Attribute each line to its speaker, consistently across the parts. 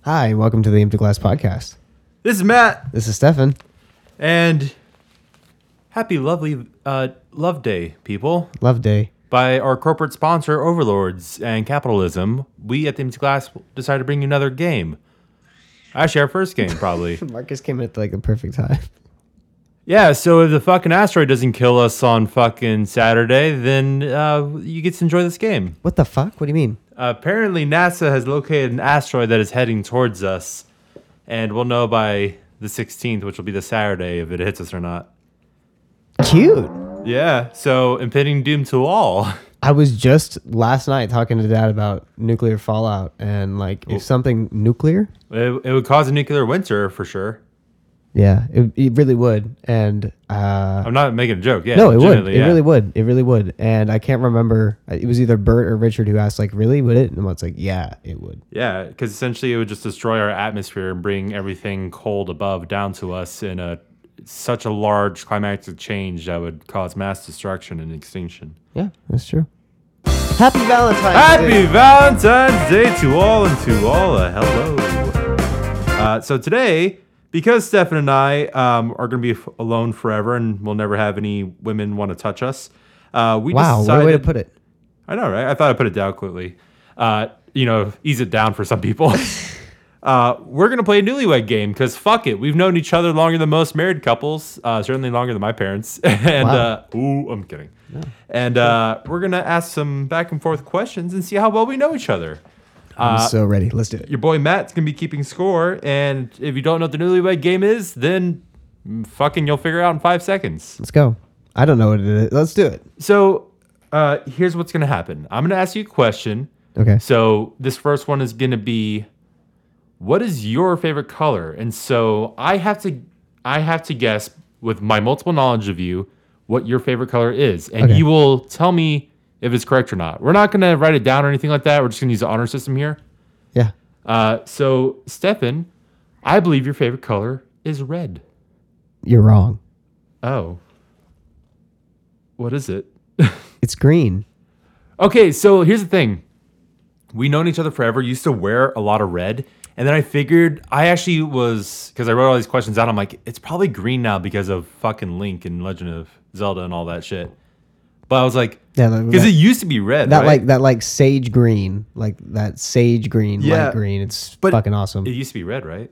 Speaker 1: Hi, welcome to the Empty Glass Podcast.
Speaker 2: This is Matt,
Speaker 1: This is Stefan.
Speaker 2: and happy lovely uh, love day, people.
Speaker 1: Love Day.
Speaker 2: By our corporate sponsor, Overlords and Capitalism, we at the Empty Glass decided to bring you another game. Actually, our first game, probably.
Speaker 1: Marcus came in at like the perfect time.
Speaker 2: yeah, so if the fucking asteroid doesn't kill us on fucking Saturday, then uh, you get to enjoy this game.
Speaker 1: What the fuck? What do you mean?
Speaker 2: Apparently, NASA has located an asteroid that is heading towards us, and we'll know by the 16th, which will be the Saturday, if it hits us or not.
Speaker 1: Cute.
Speaker 2: Yeah, so impending doom to all.
Speaker 1: I was just last night talking to dad about nuclear fallout and like
Speaker 2: Oh.
Speaker 1: if something nuclear.
Speaker 2: It, it would cause a nuclear winter for sure.
Speaker 1: Yeah, it, it really would. And uh,
Speaker 2: I'm not making a joke. Yeah,
Speaker 1: no, it would.
Speaker 2: legitimately,
Speaker 1: It
Speaker 2: yeah.
Speaker 1: really would. It really would. And I can't remember. It was either Bert or Richard who asked like, "Really? Would it?" And it's like, "Yeah, it would."
Speaker 2: Yeah, because essentially it would just destroy our atmosphere and bring everything cold above down to us in a such a large climatic change that would cause mass destruction and extinction.
Speaker 1: Yeah, that's true. Happy Valentine's.
Speaker 2: Happy Valentine's Day to all and to all a hello. Uh, so today, because Stefan and I um, are going to be f- alone forever and we'll never have any women want to touch us, uh, we
Speaker 1: Wow, what
Speaker 2: decided.
Speaker 1: a way to put it.
Speaker 2: I know, right? I thought I put it down quickly. Uh, you know, ease it down for some people. uh, we're gonna play a newlywed game because fuck it, we've known each other longer than most married couples. Uh, certainly longer than my parents. and
Speaker 1: Wow.
Speaker 2: uh, ooh, I'm kidding. And uh, we're gonna ask some back and forth questions and see how well we know each other.
Speaker 1: I'm
Speaker 2: uh,
Speaker 1: so ready. Let's do it.
Speaker 2: Your boy Matt's gonna be keeping score, and if you don't know what the newlywed game is, then mm, fucking you'll figure it out in five seconds.
Speaker 1: Let's go. I don't know what it is. Let's do it.
Speaker 2: So uh, here's what's gonna happen. I'm gonna ask you a question.
Speaker 1: Okay.
Speaker 2: So this first one is going to be what is your favorite color? And so I have to I have to guess with my multiple knowledge of you what your favorite color is and
Speaker 1: Okay.
Speaker 2: you will tell me if it's correct or not. We're not going to write it down or anything like that. We're just going to use the honor system here.
Speaker 1: Yeah.
Speaker 2: Uh, so Stefan, I believe your favorite color is red.
Speaker 1: You're wrong.
Speaker 2: Oh. What is it?
Speaker 1: It's green.
Speaker 2: Okay, so here's the thing. We known each other forever, used to wear a lot of red. And then I figured I actually was because I wrote all these questions out, I'm like, it's probably green now because of fucking Link and Legend of Zelda and all that shit. But I was like,
Speaker 1: Yeah, that-
Speaker 2: because it used to be red.
Speaker 1: That
Speaker 2: right?
Speaker 1: like that like sage green, like that sage green,
Speaker 2: Yeah.
Speaker 1: light green. It's
Speaker 2: But
Speaker 1: fucking awesome.
Speaker 2: it used to be red, right?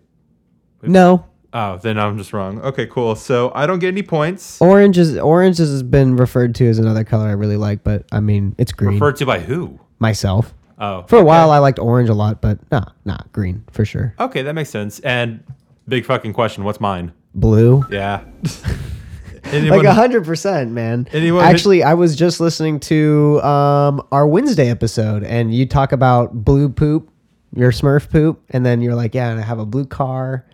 Speaker 1: no,
Speaker 2: Oh, then I'm just wrong. Okay, cool. So I don't get any points.
Speaker 1: orange is orange has been referred to as another color I really like, but I mean it's green.
Speaker 2: Referred to by who?
Speaker 1: myself
Speaker 2: Oh.
Speaker 1: for a while I liked orange a lot, but nah, nah, green for sure.
Speaker 2: Okay, that makes sense. And big fucking question, what's mine?
Speaker 1: Blue,
Speaker 2: Yeah.
Speaker 1: like uh,
Speaker 2: Anyone-
Speaker 1: a hundred percent, man.
Speaker 2: Anyone-
Speaker 1: Actually, I was just listening to um, our Wednesday episode, and you talk about blue poop, your Smurf poop, and then you're like, yeah, and I have a blue car.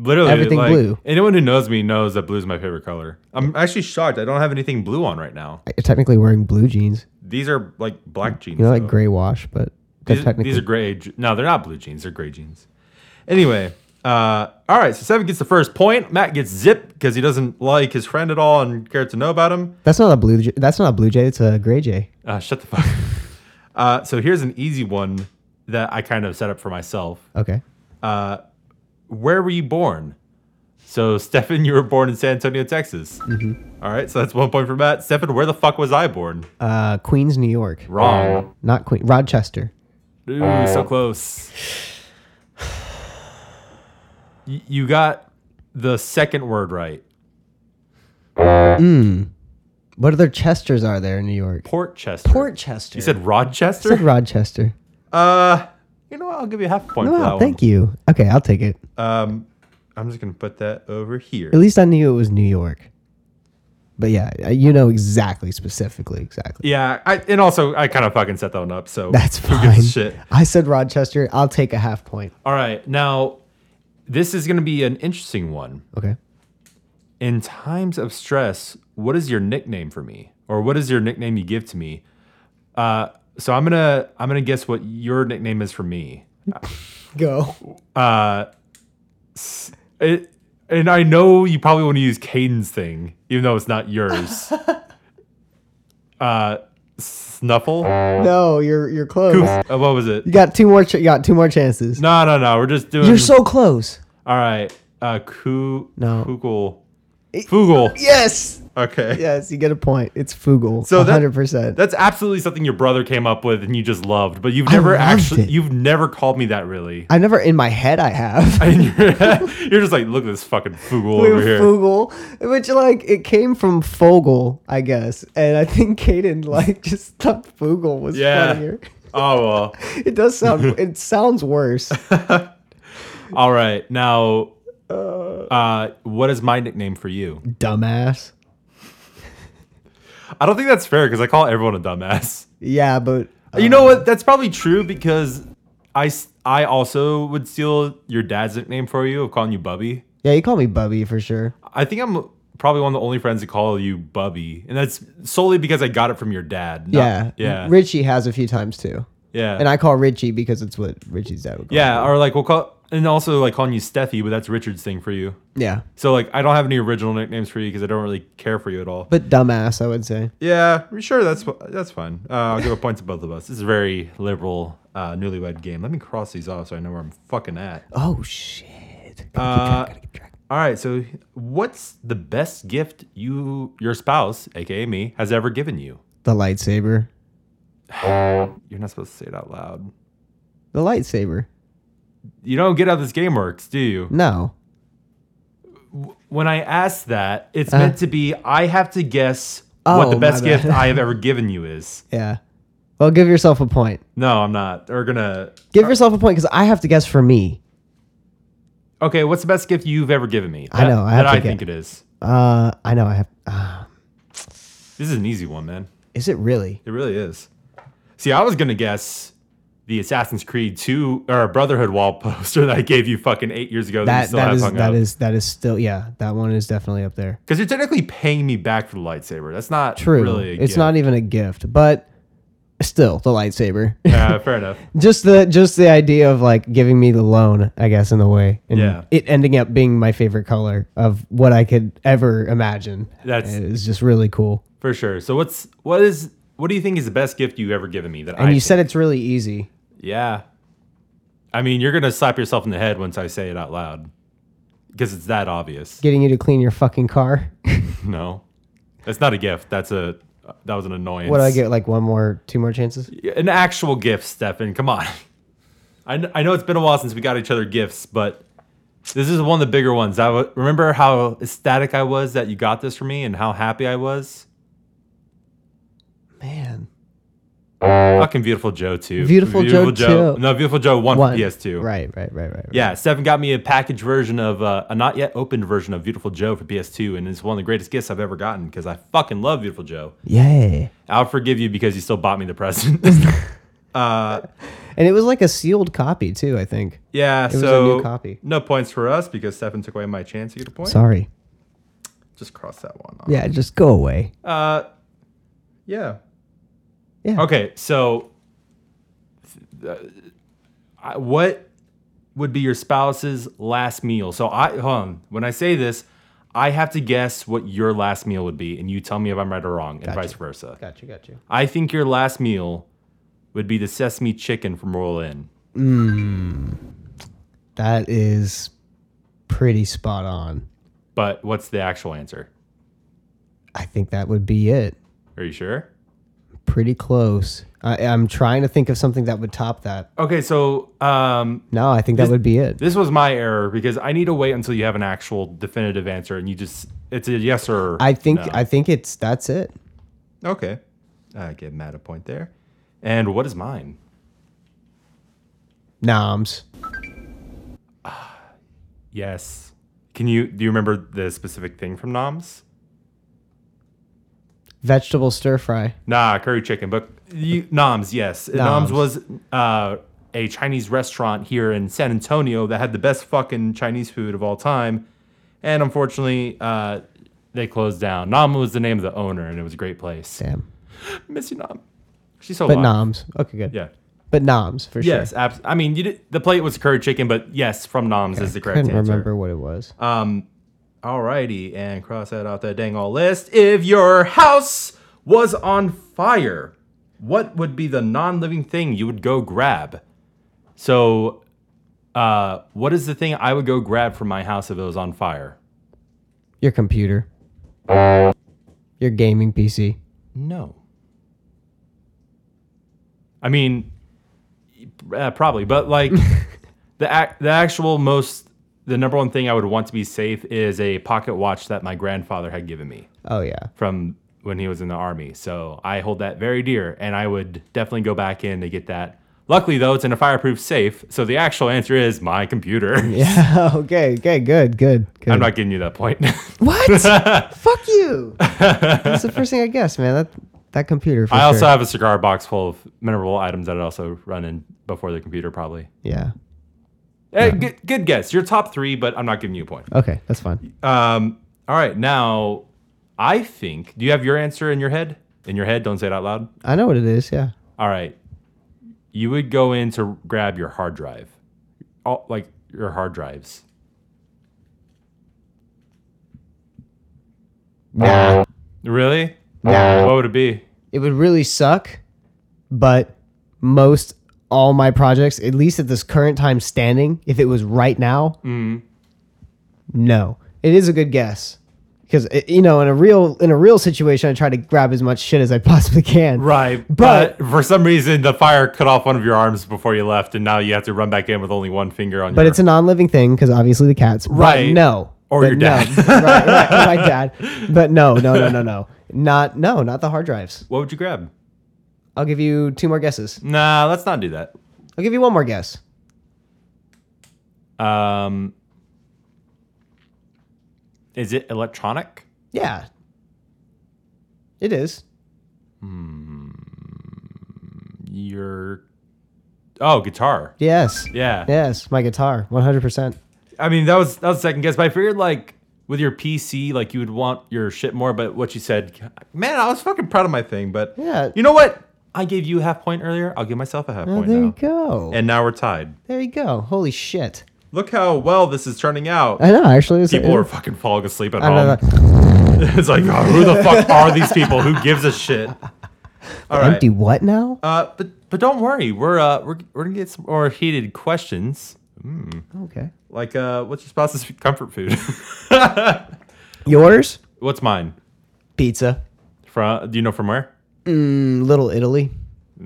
Speaker 2: Literally,
Speaker 1: Everything
Speaker 2: like,
Speaker 1: blue.
Speaker 2: Anyone who knows me knows that blue is my favorite color. I'm actually shocked. I don't have anything blue on right now.
Speaker 1: You're technically wearing blue jeans.
Speaker 2: These are like black jeans.
Speaker 1: You know, like
Speaker 2: though.
Speaker 1: gray wash, but they're
Speaker 2: These,
Speaker 1: technically
Speaker 2: these are gray. je- No, they're not blue jeans. They're gray jeans. Anyway, uh, all right. So seven gets the first point. Matt gets zip because he doesn't like his friend at all and care to know about him.
Speaker 1: that's not a blue. Jay, that's not a blue jay. It's a gray jay.
Speaker 2: Uh, shut the fuck. up. uh, so here's an easy one that I kind of set up for myself.
Speaker 1: Okay.
Speaker 2: Uh, where were you born? So, Stefan, you were born in San Antonio, Texas.
Speaker 1: Mm-hmm.
Speaker 2: All right, so that's one point for Matt. Stefan, where the fuck was I born?
Speaker 1: Uh, Queens, New York.
Speaker 2: Wrong.
Speaker 1: Not Queen. Rochester.
Speaker 2: Ooh, so close. Y- you got the second word right.
Speaker 1: What other Chesters are there in New York?
Speaker 2: Portchester.
Speaker 1: Portchester.
Speaker 2: You said
Speaker 1: I said
Speaker 2: Rochester?
Speaker 1: Rochester.
Speaker 2: Uh, you know what? I'll give you half a point for that
Speaker 1: Wow. Thank you. Okay, I'll take it.
Speaker 2: one. Um, I'm just going to put that over here.
Speaker 1: At least I knew it was New York. But yeah, uh, you know exactly, specifically, exactly.
Speaker 2: Yeah, I, and also, I kind of fucking set that one up, so
Speaker 1: That's
Speaker 2: who
Speaker 1: fine.
Speaker 2: gives a shit?
Speaker 1: I said Rochester. I'll take a half point.
Speaker 2: All right. Now, this is going to be an interesting one.
Speaker 1: Okay.
Speaker 2: In times of stress, what is your nickname for me? Or what is your nickname you give to me? Uh, so I'm going to I'm going to guess what your nickname is for me.
Speaker 1: Go.
Speaker 2: Uh, s- it, and I know you probably want to use Caden's thing, even though it's not yours. uh, Snuffle?
Speaker 1: No, you're you're close.
Speaker 2: Poof. Uh, what was it?
Speaker 1: You got two more. Ch- you got two more chances.
Speaker 2: No, no, no. We're just doing.
Speaker 1: You're so close.
Speaker 2: All right. Uh, Ku.
Speaker 1: No.
Speaker 2: Kugel. Fugel.
Speaker 1: Yes.
Speaker 2: Okay.
Speaker 1: Yes, you get a point. It's Fugle.
Speaker 2: So
Speaker 1: So
Speaker 2: that-
Speaker 1: 100%.
Speaker 2: That's absolutely something your brother came up with and you just loved, but you've never
Speaker 1: loved
Speaker 2: actually
Speaker 1: it.
Speaker 2: you've never called me that really.
Speaker 1: I never in my head I have.
Speaker 2: And you're, you're just like, look at this fucking fool over here.
Speaker 1: Fugle, which like it came from Fogel, I guess, and I think Caden like just thought Fugle was
Speaker 2: Yeah.
Speaker 1: funnier.
Speaker 2: Oh well.
Speaker 1: It does sound. it sounds worse.
Speaker 2: All right. Now uh what is my nickname for you?
Speaker 1: Dumbass.
Speaker 2: I don't think that's fair because I call everyone a dumbass.
Speaker 1: Yeah, but
Speaker 2: you know what? That's probably true because I, s- I also would steal your dad's nickname for you of calling you Bubby.
Speaker 1: yeah, you call me Bubby for sure.
Speaker 2: I think I'm probably one of the only friends that call you Bubby, and that's solely because I got it from your dad. not-
Speaker 1: yeah,
Speaker 2: yeah,
Speaker 1: Richie has a few times too,
Speaker 2: yeah,
Speaker 1: and I call Richie because it's what Richie's dad would call.
Speaker 2: yeah. Or like we'll call, and also like calling you Steffi, but that's Richard's thing for you.
Speaker 1: me. yeah.
Speaker 2: So like I don't have any original nicknames for you because I don't really care for you at all.
Speaker 1: But dumbass, I would say.
Speaker 2: yeah, sure, that's that's fine. Uh, I'll give a point to both of us. This is a very liberal uh, newlywed game. Let me cross these off so I know where I'm fucking at.
Speaker 1: Oh shit.
Speaker 2: Uh,
Speaker 1: Gotta keep track.
Speaker 2: All right, so what's the best gift you your spouse, aka me, has ever given you?
Speaker 1: The lightsaber.
Speaker 2: You're not supposed to say it out loud.
Speaker 1: The lightsaber.
Speaker 2: You don't get how this game works, do you?
Speaker 1: No.
Speaker 2: When I ask that, it's meant to be I have to guess what
Speaker 1: Uh. Oh,
Speaker 2: the
Speaker 1: my
Speaker 2: best
Speaker 1: bad.
Speaker 2: gift I have ever given you is.
Speaker 1: Yeah. Well, give yourself a point.
Speaker 2: No, I'm not. We're gonna
Speaker 1: Give yourself a point because I have to guess for me.
Speaker 2: Okay, what's the best gift you've ever given me?
Speaker 1: I know, I
Speaker 2: that
Speaker 1: have to
Speaker 2: I
Speaker 1: get-
Speaker 2: think it is.
Speaker 1: Uh, I know I have. Uh,
Speaker 2: This is an easy one, man.
Speaker 1: is it really?
Speaker 2: It really is. See, I was gonna guess the Assassin's Creed 2 or Brotherhood wall poster that I gave you fucking eight years ago that, you
Speaker 1: That
Speaker 2: still
Speaker 1: that
Speaker 2: have
Speaker 1: is
Speaker 2: hung
Speaker 1: that
Speaker 2: up.
Speaker 1: is that is still yeah. That one is definitely up there.
Speaker 2: Because you're technically paying me back for the lightsaber. That's not
Speaker 1: True.
Speaker 2: really a
Speaker 1: it's
Speaker 2: gift.
Speaker 1: not even a gift, but still the lightsaber.
Speaker 2: Yeah, fair enough.
Speaker 1: just the just the idea of like giving me the loan, I guess, in a way, and
Speaker 2: Yeah.
Speaker 1: it ending up being my favorite color of what I could ever imagine.
Speaker 2: That's-
Speaker 1: is just really cool.
Speaker 2: For sure. So what's what is what do you think is the best gift you've ever given me? That
Speaker 1: And
Speaker 2: I
Speaker 1: you said it's really easy.
Speaker 2: yeah. I mean, you're gonna slap yourself in the head once I say it out loud because it's that obvious.
Speaker 1: Getting you to clean your fucking car.
Speaker 2: No, that's not a gift. That's a that was an annoyance.
Speaker 1: what do I get? Like one more, two more chances?
Speaker 2: An actual gift, Stefan. Come on. I kn- I know it's been a while since we got each other gifts, but this is one of the bigger ones. I w- remember how ecstatic I was that you got this for me and how happy I was.
Speaker 1: Man,
Speaker 2: Fucking beautiful Joe too.
Speaker 1: Beautiful Joe 2.
Speaker 2: No, beautiful Joe one,
Speaker 1: one
Speaker 2: for PS2.
Speaker 1: Right, right, right, right. right.
Speaker 2: Yeah, Seven got me a packaged version of uh, a not yet opened version of Beautiful Joe for PS2, and it's one of the greatest gifts I've ever gotten because I fucking love Beautiful Joe.
Speaker 1: Yay.
Speaker 2: I'll forgive you because you still bought me the present. uh,
Speaker 1: And it was like a sealed copy too, I think.
Speaker 2: yeah,
Speaker 1: was a
Speaker 2: so
Speaker 1: new copy.
Speaker 2: no points for us because Stefan took away my chance to get a point.
Speaker 1: Sorry.
Speaker 2: Just cross that one off.
Speaker 1: Yeah, just go away.
Speaker 2: Uh, yeah.
Speaker 1: Yeah.
Speaker 2: Okay, so uh, I- what would be your spouse's last meal? So I hold on. When I say this, I have to guess what your last meal would be, and you tell me if I'm right or wrong, and vice versa.
Speaker 1: Got you, got you.
Speaker 2: I think your last meal would be the sesame chicken from Royal Inn.
Speaker 1: That is pretty spot on.
Speaker 2: But what's the actual answer?
Speaker 1: I think that would be it.
Speaker 2: Are you sure?
Speaker 1: Pretty close. I, I'm trying to think of something that would top that.
Speaker 2: Okay, so um,
Speaker 1: No, I think that would be it.
Speaker 2: this was my error because I need to wait until you have an actual definitive answer, and you just it's a yes or
Speaker 1: I think
Speaker 2: no.
Speaker 1: I think it's that's it.
Speaker 2: Okay. I give Matt a point there. And what is mine?
Speaker 1: Noms.
Speaker 2: Yes. Can you do you remember the specific thing from Noms?
Speaker 1: Vegetable stir fry.
Speaker 2: Nah, curry chicken, but you, Noms, yes. Noms,
Speaker 1: Noms.
Speaker 2: was uh, a Chinese restaurant here in San Antonio that had the best fucking Chinese food of all time. And unfortunately, uh, they closed down. Nam was the name of the owner, and it was a great place.
Speaker 1: Damn.
Speaker 2: Miss you, Nam. She's so
Speaker 1: But
Speaker 2: alive.
Speaker 1: noms. Okay, good.
Speaker 2: Yeah.
Speaker 1: But noms for
Speaker 2: Yes,
Speaker 1: sure.
Speaker 2: abs- I mean, you did, the plate was curry chicken, but yes, from Noms is the correct
Speaker 1: Couldn't
Speaker 2: answer.
Speaker 1: remember what it was.
Speaker 2: Um, alrighty, and cross that off that dang all list. If your house was on fire, what would be the non-living thing you would go grab? So, uh, what is the thing I would go grab from my house if it was on fire?
Speaker 1: Your computer.
Speaker 2: uh,
Speaker 1: Your gaming PC.
Speaker 2: No. I mean, uh, probably, but like the ac- the actual most the number one thing I would want to be safe is a pocket watch that my grandfather had given me
Speaker 1: Oh yeah.
Speaker 2: from when he was in the army. So I hold that very dear, and I would definitely go back in to get that. Luckily, though, it's in a fireproof safe. So the actual answer is my computer.
Speaker 1: Yeah. Okay. Okay. Good. Good. Good.
Speaker 2: I'm not giving you that point.
Speaker 1: What? Fuck you. That's the first thing I guessed, man. That that computer. For
Speaker 2: I also
Speaker 1: sure.
Speaker 2: have a cigar box full of memorable items that I also run in before the computer, probably.
Speaker 1: Yeah.
Speaker 2: Eh, good, good guess. You're top three, but I'm not giving you a point.
Speaker 1: Okay. That's fine.
Speaker 2: Um, all right, now I think. Do you have your answer in your head? In your head, don't say it out loud.
Speaker 1: I know what it is. Yeah.
Speaker 2: All right, you would go in to grab your hard drive, all, like your hard drives.
Speaker 1: Nah.
Speaker 2: Really?
Speaker 1: Nah.
Speaker 2: What would it be?
Speaker 1: It would really suck, but most all my projects, at least at this current time standing, if it was right now,
Speaker 2: Mm-hmm.
Speaker 1: no. It is a good guess. Because you know, in a real in a real situation, I try to grab as much shit as I possibly can.
Speaker 2: Right,
Speaker 1: but-
Speaker 2: but, for some reason the fire cut off one of your arms before you left, and now you have to run back in with only one finger on.
Speaker 1: But
Speaker 2: your,
Speaker 1: it's a non-living thing because obviously the cats. But
Speaker 2: Right.
Speaker 1: no.
Speaker 2: Or
Speaker 1: But
Speaker 2: your dad.
Speaker 1: No. right, right, my dad. But no, no, no, no, no. Not no, not the hard drives.
Speaker 2: what would you grab?
Speaker 1: I'll give you two more guesses.
Speaker 2: Nah, let's not do that.
Speaker 1: I'll give you one more guess.
Speaker 2: Um, is it electronic?
Speaker 1: Yeah. It is.
Speaker 2: Your oh, guitar.
Speaker 1: Yes.
Speaker 2: Yeah.
Speaker 1: Yes, my guitar, 100%.
Speaker 2: I mean, that was that was second guess, but I figured like with your PC, like you would want your shit more. But what you said, man, I was fucking proud of my thing. But
Speaker 1: Yeah.
Speaker 2: you know what? I gave you a half point earlier. I'll give myself a half
Speaker 1: Oh,
Speaker 2: point
Speaker 1: there
Speaker 2: now.
Speaker 1: you go.
Speaker 2: And now we're tied.
Speaker 1: there you go. Holy shit.
Speaker 2: Look how well this is turning out.
Speaker 1: I know, actually. It's,
Speaker 2: People
Speaker 1: it-
Speaker 2: are fucking falling asleep at
Speaker 1: I know
Speaker 2: home.
Speaker 1: that-
Speaker 2: it's like, oh, who the fuck are these people? Who gives a shit? All right.
Speaker 1: Empty what now?
Speaker 2: Uh, but but don't worry, we're uh we're, we're gonna get some more heated questions.
Speaker 1: Okay.
Speaker 2: Like, uh, what's your spouse's comfort food?
Speaker 1: Yours?
Speaker 2: what's mine?
Speaker 1: Pizza.
Speaker 2: From do you know from where?
Speaker 1: Mm, Little Italy.
Speaker 2: I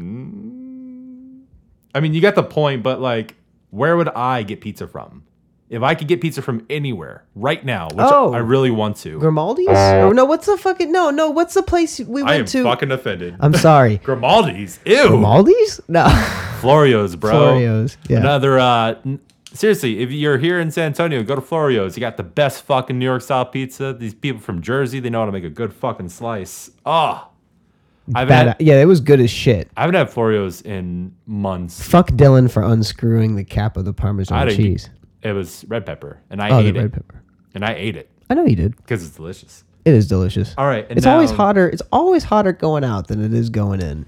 Speaker 2: mean, you got the point, but like, where would I get pizza from? If I could get pizza from anywhere right now, which
Speaker 1: Oh.
Speaker 2: I really want to,
Speaker 1: Grimaldi's? Oh, no, what's the fucking. No, no, what's the place we
Speaker 2: I am
Speaker 1: went to?
Speaker 2: fucking offended.
Speaker 1: I'm sorry.
Speaker 2: Grimaldi's, ew,
Speaker 1: Grimaldi's? No.
Speaker 2: Florio's, bro.
Speaker 1: Oreos. Yeah.
Speaker 2: Another. Uh, n- seriously, if you're here in San Antonio, go to Florio's. You got the best fucking New York style pizza. These people from Jersey, they know how to make a good fucking slice. Ah, I haven't
Speaker 1: Bad,
Speaker 2: had,
Speaker 1: yeah, it was good as shit.
Speaker 2: I haven't had Florio's in months.
Speaker 1: Fuck Dylan for unscrewing the cap of the Parmesan
Speaker 2: I didn't-
Speaker 1: cheese.
Speaker 2: It was red pepper, and I
Speaker 1: Oh, the
Speaker 2: ate
Speaker 1: red
Speaker 2: it,
Speaker 1: pepper.
Speaker 2: and I ate it
Speaker 1: I know you did.
Speaker 2: because it's delicious.
Speaker 1: It is delicious.
Speaker 2: All right, and
Speaker 1: it's always
Speaker 2: now-
Speaker 1: hotter. It's always hotter going out than it is going in.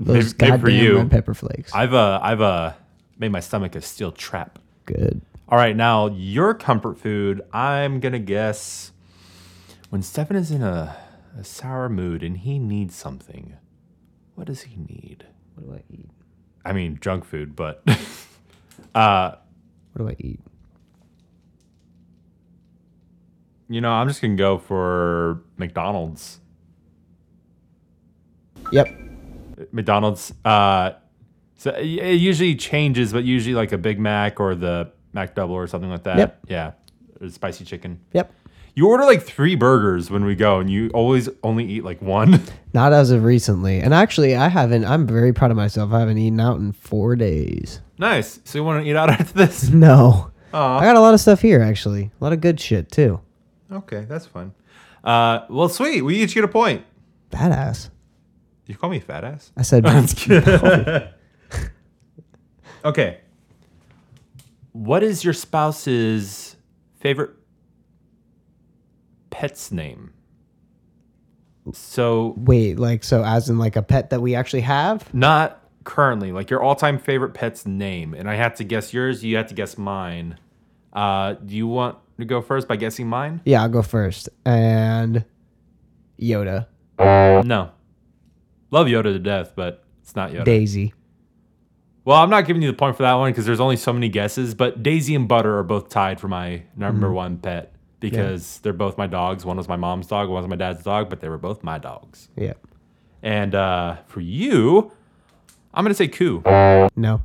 Speaker 1: Those
Speaker 2: Maybe- maybe
Speaker 1: goddamn
Speaker 2: for you.
Speaker 1: red pepper flakes.
Speaker 2: I've uh, I've uh, made my stomach a steel trap.
Speaker 1: Good.
Speaker 2: All right, now your comfort food. I'm gonna guess when Stefan is in a, a sour mood and he needs something. What does he need?
Speaker 1: What do I eat?
Speaker 2: I mean, junk food, but uh,
Speaker 1: What do I eat?
Speaker 2: you know, I'm just gonna go for McDonald's.
Speaker 1: Yep.
Speaker 2: McDonald's. Uh, so it it usually changes, but usually like a Big Mac or the Mac Double or something like that.
Speaker 1: Yep.
Speaker 2: Yeah, or spicy chicken.
Speaker 1: Yep.
Speaker 2: You order like three burgers when we go, and you always only eat like one.
Speaker 1: Not as of recently. And actually, I haven't. I'm very proud of myself. I haven't eaten out in four days.
Speaker 2: nice. So you want to eat out after this?
Speaker 1: No.
Speaker 2: Aw.
Speaker 1: I got a lot of stuff here, actually. A lot of good shit, too.
Speaker 2: Okay, that's fun. Uh, well, sweet. We each get a point.
Speaker 1: Badass.
Speaker 2: You call me fat ass?
Speaker 1: I said,
Speaker 2: okay. What is your spouse's favorite pet's name? So
Speaker 1: wait, like, so as in like a pet that we actually have?
Speaker 2: not currently, like your all-time favorite pet's name, and I had to guess yours. You had to guess mine. Uh, do you want to go first by guessing mine?
Speaker 1: Yeah, I'll go first. And Yoda.
Speaker 2: No. Love Yoda to death, but it's not Yoda.
Speaker 1: Daisy.
Speaker 2: Well, I'm not giving you the point for that one because there's only so many guesses, but Daisy and Butter are both tied for my number
Speaker 1: Mm-hmm.
Speaker 2: one pet because they're both my dogs. One was my mom's dog, one was my dad's dog, but they were both my dogs.
Speaker 1: Yeah.
Speaker 2: And uh, for you, I'm going to say Coo.
Speaker 1: No.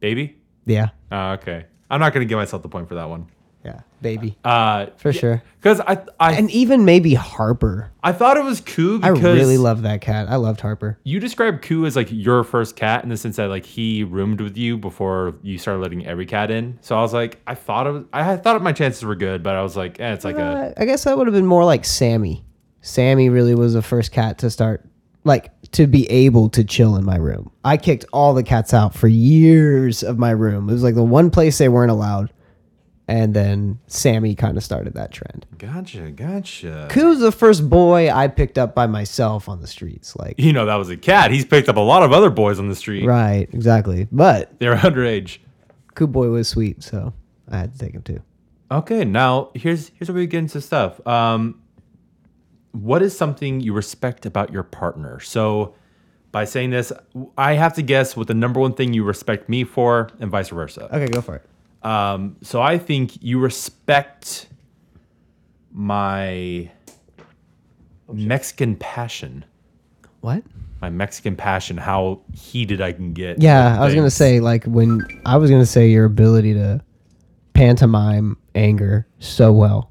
Speaker 2: Baby?
Speaker 1: Yeah.
Speaker 2: Oh, okay. I'm not going to give myself the point for that one.
Speaker 1: Yeah. Baby.
Speaker 2: Uh,
Speaker 1: For sure.
Speaker 2: Because I, I,
Speaker 1: And even maybe Harper.
Speaker 2: I thought it was Coo
Speaker 1: I
Speaker 2: because
Speaker 1: really love that cat. I loved Harper.
Speaker 2: you described Coo as like your first cat in the sense that like he roomed with you before you started letting every cat in. So I was like, I thought it was, I thought my chances were good, but I was like, eh, it's like a
Speaker 1: Uh, I guess that would have been more like Sammy. Sammy really was the first cat to start, like, to be able to chill in my room. I kicked all the cats out for years of my room. It was like the one place they weren't allowed. And then Sammy kind of started that trend.
Speaker 2: gotcha, gotcha.
Speaker 1: Who's the first boy I picked up by myself on the streets. Like,
Speaker 2: You know, that was a cat. He's picked up a lot of other boys on the street.
Speaker 1: right, exactly. But
Speaker 2: They're underage.
Speaker 1: Koo Boy was sweet, so I had to take him too.
Speaker 2: Okay, now here's here's where we get into stuff. Um, what is something you respect about your partner? So, by saying this, I have to guess what the number one thing you respect me for, and vice versa.
Speaker 1: Okay, go for it.
Speaker 2: Um, so I think you respect my Mexican passion,
Speaker 1: What?
Speaker 2: my Mexican passion, how heated I can get.
Speaker 1: Yeah,
Speaker 2: with
Speaker 1: I was gonna
Speaker 2: things.
Speaker 1: say like when I was gonna say your ability to pantomime anger so well.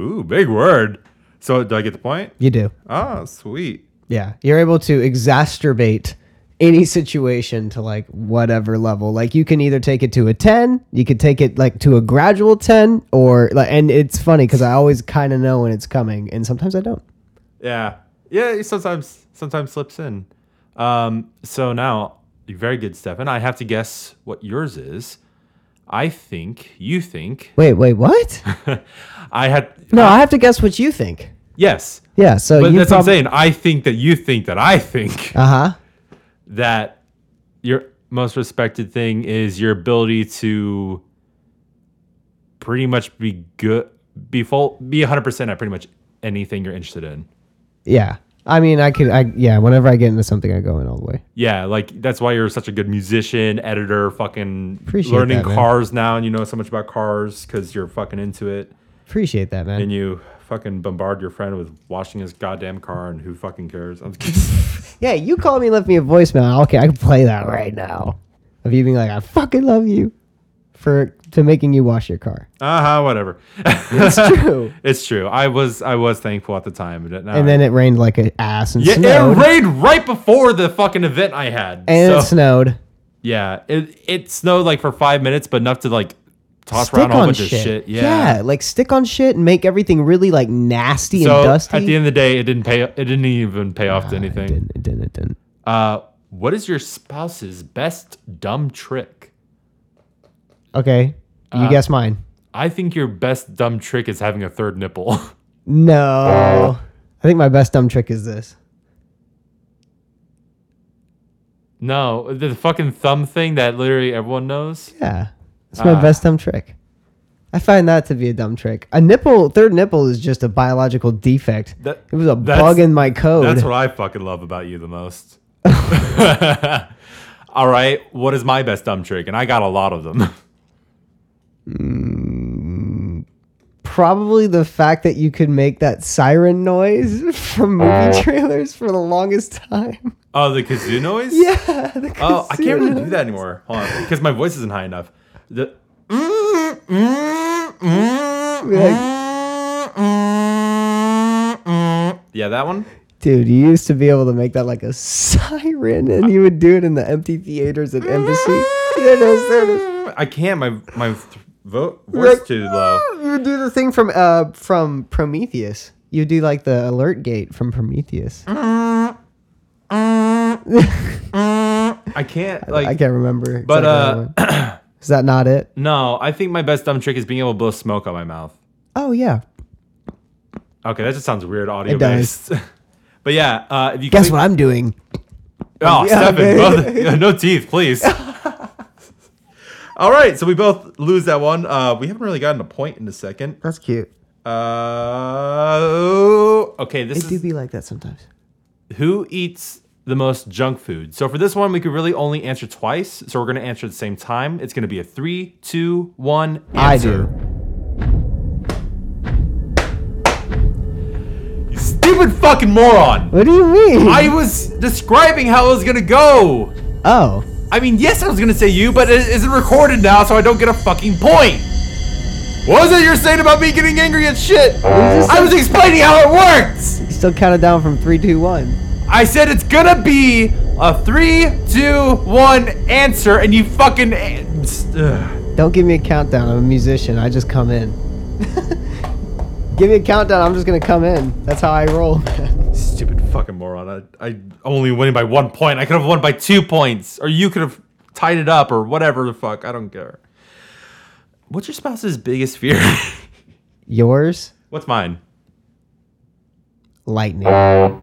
Speaker 2: Ooh, big word. So, do I get the point?
Speaker 1: You do.
Speaker 2: Ah, sweet.
Speaker 1: Yeah, you're able to exacerbate any situation to like whatever level. Like you can either take it to a ten, you could take it like to a gradual ten, or like. And it's funny because I always kind of know when it's coming, and sometimes I don't.
Speaker 2: Yeah. Yeah, it sometimes sometimes slips in. Um, so now very good, Stefan. I have to guess what yours is. I think you think
Speaker 1: Wait, wait, what?
Speaker 2: I had
Speaker 1: No, I have to guess what you think.
Speaker 2: yes.
Speaker 1: Yeah, so
Speaker 2: But
Speaker 1: you
Speaker 2: that's what I'm
Speaker 1: probably.
Speaker 2: saying. I think that you think that I think
Speaker 1: Uh huh.
Speaker 2: that your most respected thing is your ability to pretty much be good be full be 100% at pretty much anything you're interested in.
Speaker 1: Yeah. I mean, I could. I yeah. Whenever I get into something, I go in all the way.
Speaker 2: Yeah, like that's why you're such a good musician, editor, fucking
Speaker 1: Appreciate
Speaker 2: learning
Speaker 1: that, man.
Speaker 2: cars now, and you know so much about cars because you're fucking into it,
Speaker 1: Appreciate that, man.
Speaker 2: and you fucking bombard your friend with watching his goddamn car, and who fucking cares? I'm
Speaker 1: Yeah, you called me, and left me a voicemail. Okay, I can play that right now. Of you being like, I fucking love you for to making you wash your car.
Speaker 2: uh huh, whatever.
Speaker 1: It's true.
Speaker 2: it's true. I was I was thankful at the time, but now
Speaker 1: and then it rained like an ass and
Speaker 2: yeah,
Speaker 1: snowed.
Speaker 2: it rained right before the fucking event I had,
Speaker 1: and
Speaker 2: so
Speaker 1: it snowed.
Speaker 2: yeah, it it snowed like for five minutes, but enough to like toss
Speaker 1: Stick
Speaker 2: around a whole
Speaker 1: on
Speaker 2: bunch
Speaker 1: shit.
Speaker 2: of shit. Yeah.
Speaker 1: like stick on shit and make everything really like nasty
Speaker 2: So
Speaker 1: and dusty.
Speaker 2: at the end of the day, it didn't pay. It didn't even pay off to anything.
Speaker 1: it didn't. It didn't. It didn't.
Speaker 2: Uh, what is your spouse's best dumb trick?
Speaker 1: Okay, you
Speaker 2: Uh,
Speaker 1: guess mine.
Speaker 2: I think your best dumb trick is having a third nipple.
Speaker 1: No, I think my best dumb trick is this.
Speaker 2: no, the fucking thumb thing that literally everyone knows.
Speaker 1: Yeah. That's
Speaker 2: Ah.
Speaker 1: my best dumb trick. I find that to be a dumb trick. A nipple, third nipple is just a biological defect.
Speaker 2: That-
Speaker 1: it was a
Speaker 2: that's-
Speaker 1: bug in my code.
Speaker 2: That's what I fucking love about you the most. All right, what is my best dumb trick? And I got a lot of them.
Speaker 1: Probably the fact that you could make that siren noise from
Speaker 2: Uh.
Speaker 1: movie trailers for the longest time.
Speaker 2: Oh, the kazoo noise.
Speaker 1: Yeah. the
Speaker 2: Oh, I can't really
Speaker 1: kazoo.
Speaker 2: do that anymore. Hold on, because my voice isn't high enough. The yeah, that one.
Speaker 1: Dude, you used to be able to make that like a siren and you would do it in the empty theaters at Embassy. There it is, there it is.
Speaker 2: I can't. My my th- vo- voice too low.
Speaker 1: You would do the thing from uh from Prometheus. You do like the alert gate from Prometheus.
Speaker 2: I can't. Like
Speaker 1: I can't remember.
Speaker 2: But,
Speaker 1: exactly that one. is that not it?
Speaker 2: no. I think my best dumb trick is being able to blow smoke out my mouth.
Speaker 1: Oh yeah.
Speaker 2: Okay, that just sounds weird audio
Speaker 1: does.
Speaker 2: based. But yeah, uh, if you
Speaker 1: Guess
Speaker 2: clean-
Speaker 1: what I'm doing?
Speaker 2: Oh,
Speaker 1: Yeah,
Speaker 2: Stefan,
Speaker 1: man.
Speaker 2: both, yeah, no teeth, please. All right, so we both lose that one. Uh, we haven't really gotten a point in a second.
Speaker 1: That's cute.
Speaker 2: Uh, okay, this
Speaker 1: It
Speaker 2: is
Speaker 1: do be like that sometimes.
Speaker 2: who eats the most junk food? So for this one, we could really only answer twice. So we're gonna answer at the same time. It's gonna be a three, two, one. Answer.
Speaker 1: I do.
Speaker 2: You stupid fucking moron!
Speaker 1: What do you mean?
Speaker 2: I was describing how it was gonna go.
Speaker 1: oh,
Speaker 2: I mean, yes, I was gonna say you, but it isn't recorded now, so I don't get a fucking point. What was it you're saying about me getting angry at shit?
Speaker 1: just
Speaker 2: I was explaining how it works.
Speaker 1: you still counted down from three, two, one.
Speaker 2: I said it's gonna be a three, two, one answer, and you fucking. a- Ugh.
Speaker 1: Don't give me a countdown. I'm a musician. I just come in. give me a countdown. I'm just gonna come in. That's how I roll.
Speaker 2: Stupid fucking moron. I, I only win by one point. I could have won by two points, or you could have tied it up, or whatever the fuck. I don't care. What's your spouse's biggest fear?
Speaker 1: Yours,
Speaker 2: What's mine?
Speaker 1: lightning.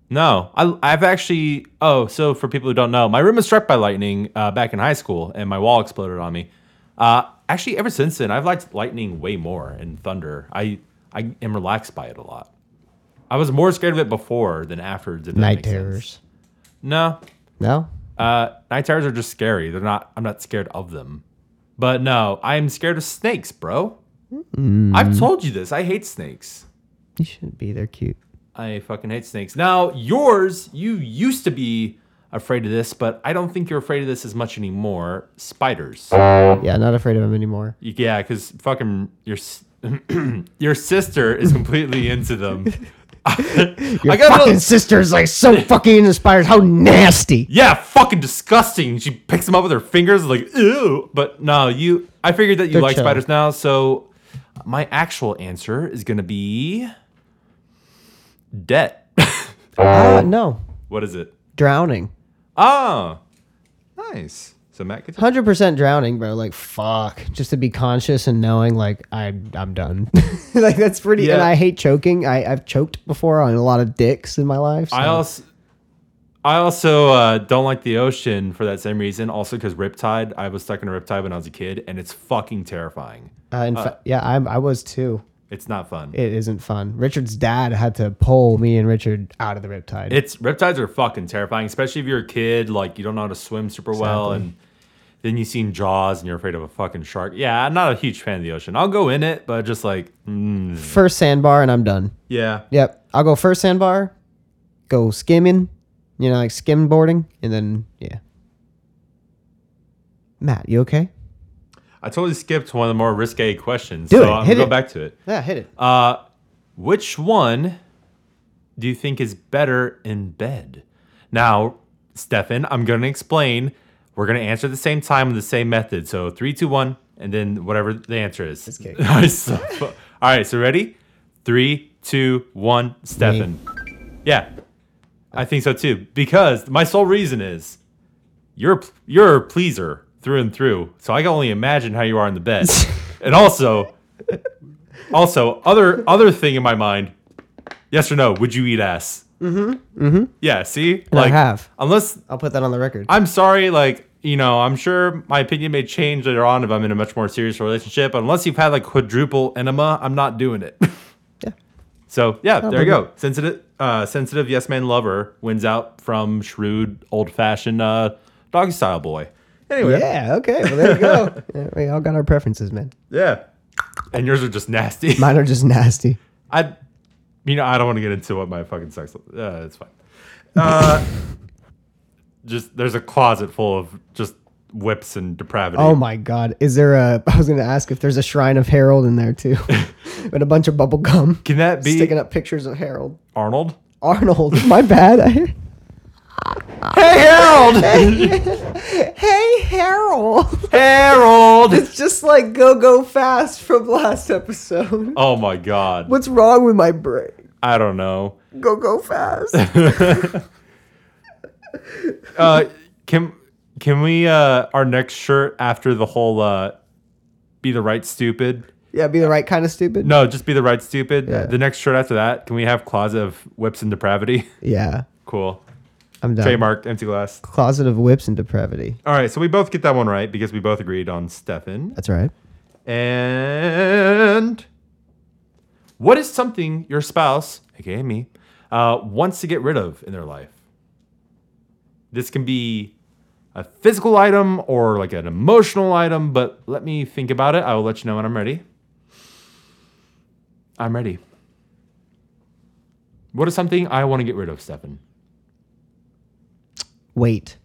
Speaker 2: No, I, I've actually. Oh, so for people who don't know, my room was struck by lightning uh, back in high school, and my wall exploded on me. Uh, actually, ever since then, I've liked lightning way more and thunder. I I am relaxed by it a lot. I was more scared of it before than after. Did that
Speaker 1: Night
Speaker 2: make sense?
Speaker 1: terrors.
Speaker 2: No,
Speaker 1: No.
Speaker 2: uh, night terrors are just scary. They're not. I'm not scared of them. But no, I'm scared of snakes, bro.
Speaker 1: Hmm.
Speaker 2: I've told you this. I hate snakes.
Speaker 1: You shouldn't be. They're cute.
Speaker 2: I fucking hate snakes. Now, yours, you used to be afraid of this, but I don't think you're afraid of this as much anymore. Spiders.
Speaker 1: Yeah, not afraid of them anymore.
Speaker 2: Yeah, because fucking your s- your sister is completely into them.
Speaker 1: Your
Speaker 2: I got a
Speaker 1: fucking
Speaker 2: little,
Speaker 1: sister's like so fucking inspired. How nasty.
Speaker 2: yeah, fucking disgusting. She picks them up with her fingers, like ew. But no, you. I figured that you
Speaker 1: They're
Speaker 2: like
Speaker 1: chill.
Speaker 2: spiders now, so my actual answer is gonna be debt.
Speaker 1: Uh, no,
Speaker 2: what is it?
Speaker 1: drowning.
Speaker 2: Oh, nice. So Matt gets
Speaker 1: Hundred percent drowning, bro. Like fuck, just to be conscious and knowing like I I'm done. like that's pretty. And
Speaker 2: Yeah.
Speaker 1: I hate choking. I I've choked before on a lot of dicks in my life. so-
Speaker 2: I also, I also uh, don't like the ocean for that same reason. Also, because riptide, I was stuck in a riptide when I was a kid, and it's fucking terrifying.
Speaker 1: Uh, in fa- yeah, I'm, I was too.
Speaker 2: It's not fun.
Speaker 1: It isn't fun. Richard's dad had to pull me and Richard out of the riptide.
Speaker 2: it's riptides are fucking terrifying, especially if you're a kid. Like you don't know how to swim super well,
Speaker 1: Exactly.
Speaker 2: and then you've seen Jaws, and you're afraid of a fucking shark. Yeah, I'm not a huge fan of the ocean. I'll go in it, but just like, mm,
Speaker 1: first sandbar, and I'm done.
Speaker 2: yeah,
Speaker 1: Yep, I'll go first sandbar, go skimming, you know, like skimboarding, and then yeah. Matt, you okay?
Speaker 2: I totally skipped one of the more risque questions.
Speaker 1: Do
Speaker 2: so
Speaker 1: it.
Speaker 2: I'm
Speaker 1: Hit
Speaker 2: gonna go
Speaker 1: it.
Speaker 2: back to it.
Speaker 1: Yeah, hit it.
Speaker 2: Uh, which one do you think is better in bed? Now, Stefan, I'm going to explain. We're going to answer at the same time with the same method. So three, two, one, and then whatever the answer is.
Speaker 1: kick.
Speaker 2: I so- All right, so ready? Three, two, one, Stefan. Yeah, I think so too. Because my sole reason is you're you're a pleaser through and through. So I can only imagine how you are in the bed. and also, also other other thing in my mind. Yes or no? Would you eat ass? Mm-hmm. Mm-hmm. Yeah. See,
Speaker 1: I have.
Speaker 2: Unless
Speaker 1: I'll put that on the record.
Speaker 2: I'm sorry, like you know, I'm sure my opinion may change later on if I'm in a much more serious relationship. But unless you've had like quadruple enema, I'm not doing it.
Speaker 1: Yeah.
Speaker 2: So yeah, there you
Speaker 1: blame
Speaker 2: go. Sensitive, uh, sensitive yes man lover wins out from shrewd, old fashioned uh, doggy style boy. Anyway, Oh, yeah.
Speaker 1: Yeah. Okay. Well, there you go. Yeah, we all got our preferences, man.
Speaker 2: and yours are just nasty.
Speaker 1: Mine are just nasty.
Speaker 2: I, you know, I don't want to get into what my fucking sex. li- Uh, it's fine. Uh, just there's a closet full of just whips and depravity.
Speaker 1: Oh my God! Is there a? I was gonna ask if there's a shrine of Harold in there too, but a bunch of bubble gum.
Speaker 2: Can that be
Speaker 1: sticking up pictures of Harold.
Speaker 2: Arnold?
Speaker 1: Arnold, my bad.
Speaker 2: Hey Harold!
Speaker 1: hey, Harold.
Speaker 2: Harold!
Speaker 1: It's just like go go fast from last episode.
Speaker 2: Oh my god.
Speaker 1: What's wrong with my brain?
Speaker 2: I don't know.
Speaker 1: Go go fast.
Speaker 2: Uh, can can we uh our next shirt after the whole uh be the right stupid?
Speaker 1: yeah, be the right kind of stupid.
Speaker 2: No, just be the right stupid.
Speaker 1: Yeah.
Speaker 2: The next shirt after that, can we have closet of whips and depravity?
Speaker 1: Yeah,
Speaker 2: cool.
Speaker 1: I'm done.
Speaker 2: Trademarked empty glass.
Speaker 1: Closet of whips and depravity.
Speaker 2: All right, so we both get that one right because we both agreed on Stefan.
Speaker 1: That's right.
Speaker 2: And What is something your spouse, aka me, uh, wants to get rid of in their life? This can be a physical item or like an emotional item, but let me think about it. I will let you know when I'm ready. I'm ready. What is something I want to get rid of, Stefan?
Speaker 1: Wait.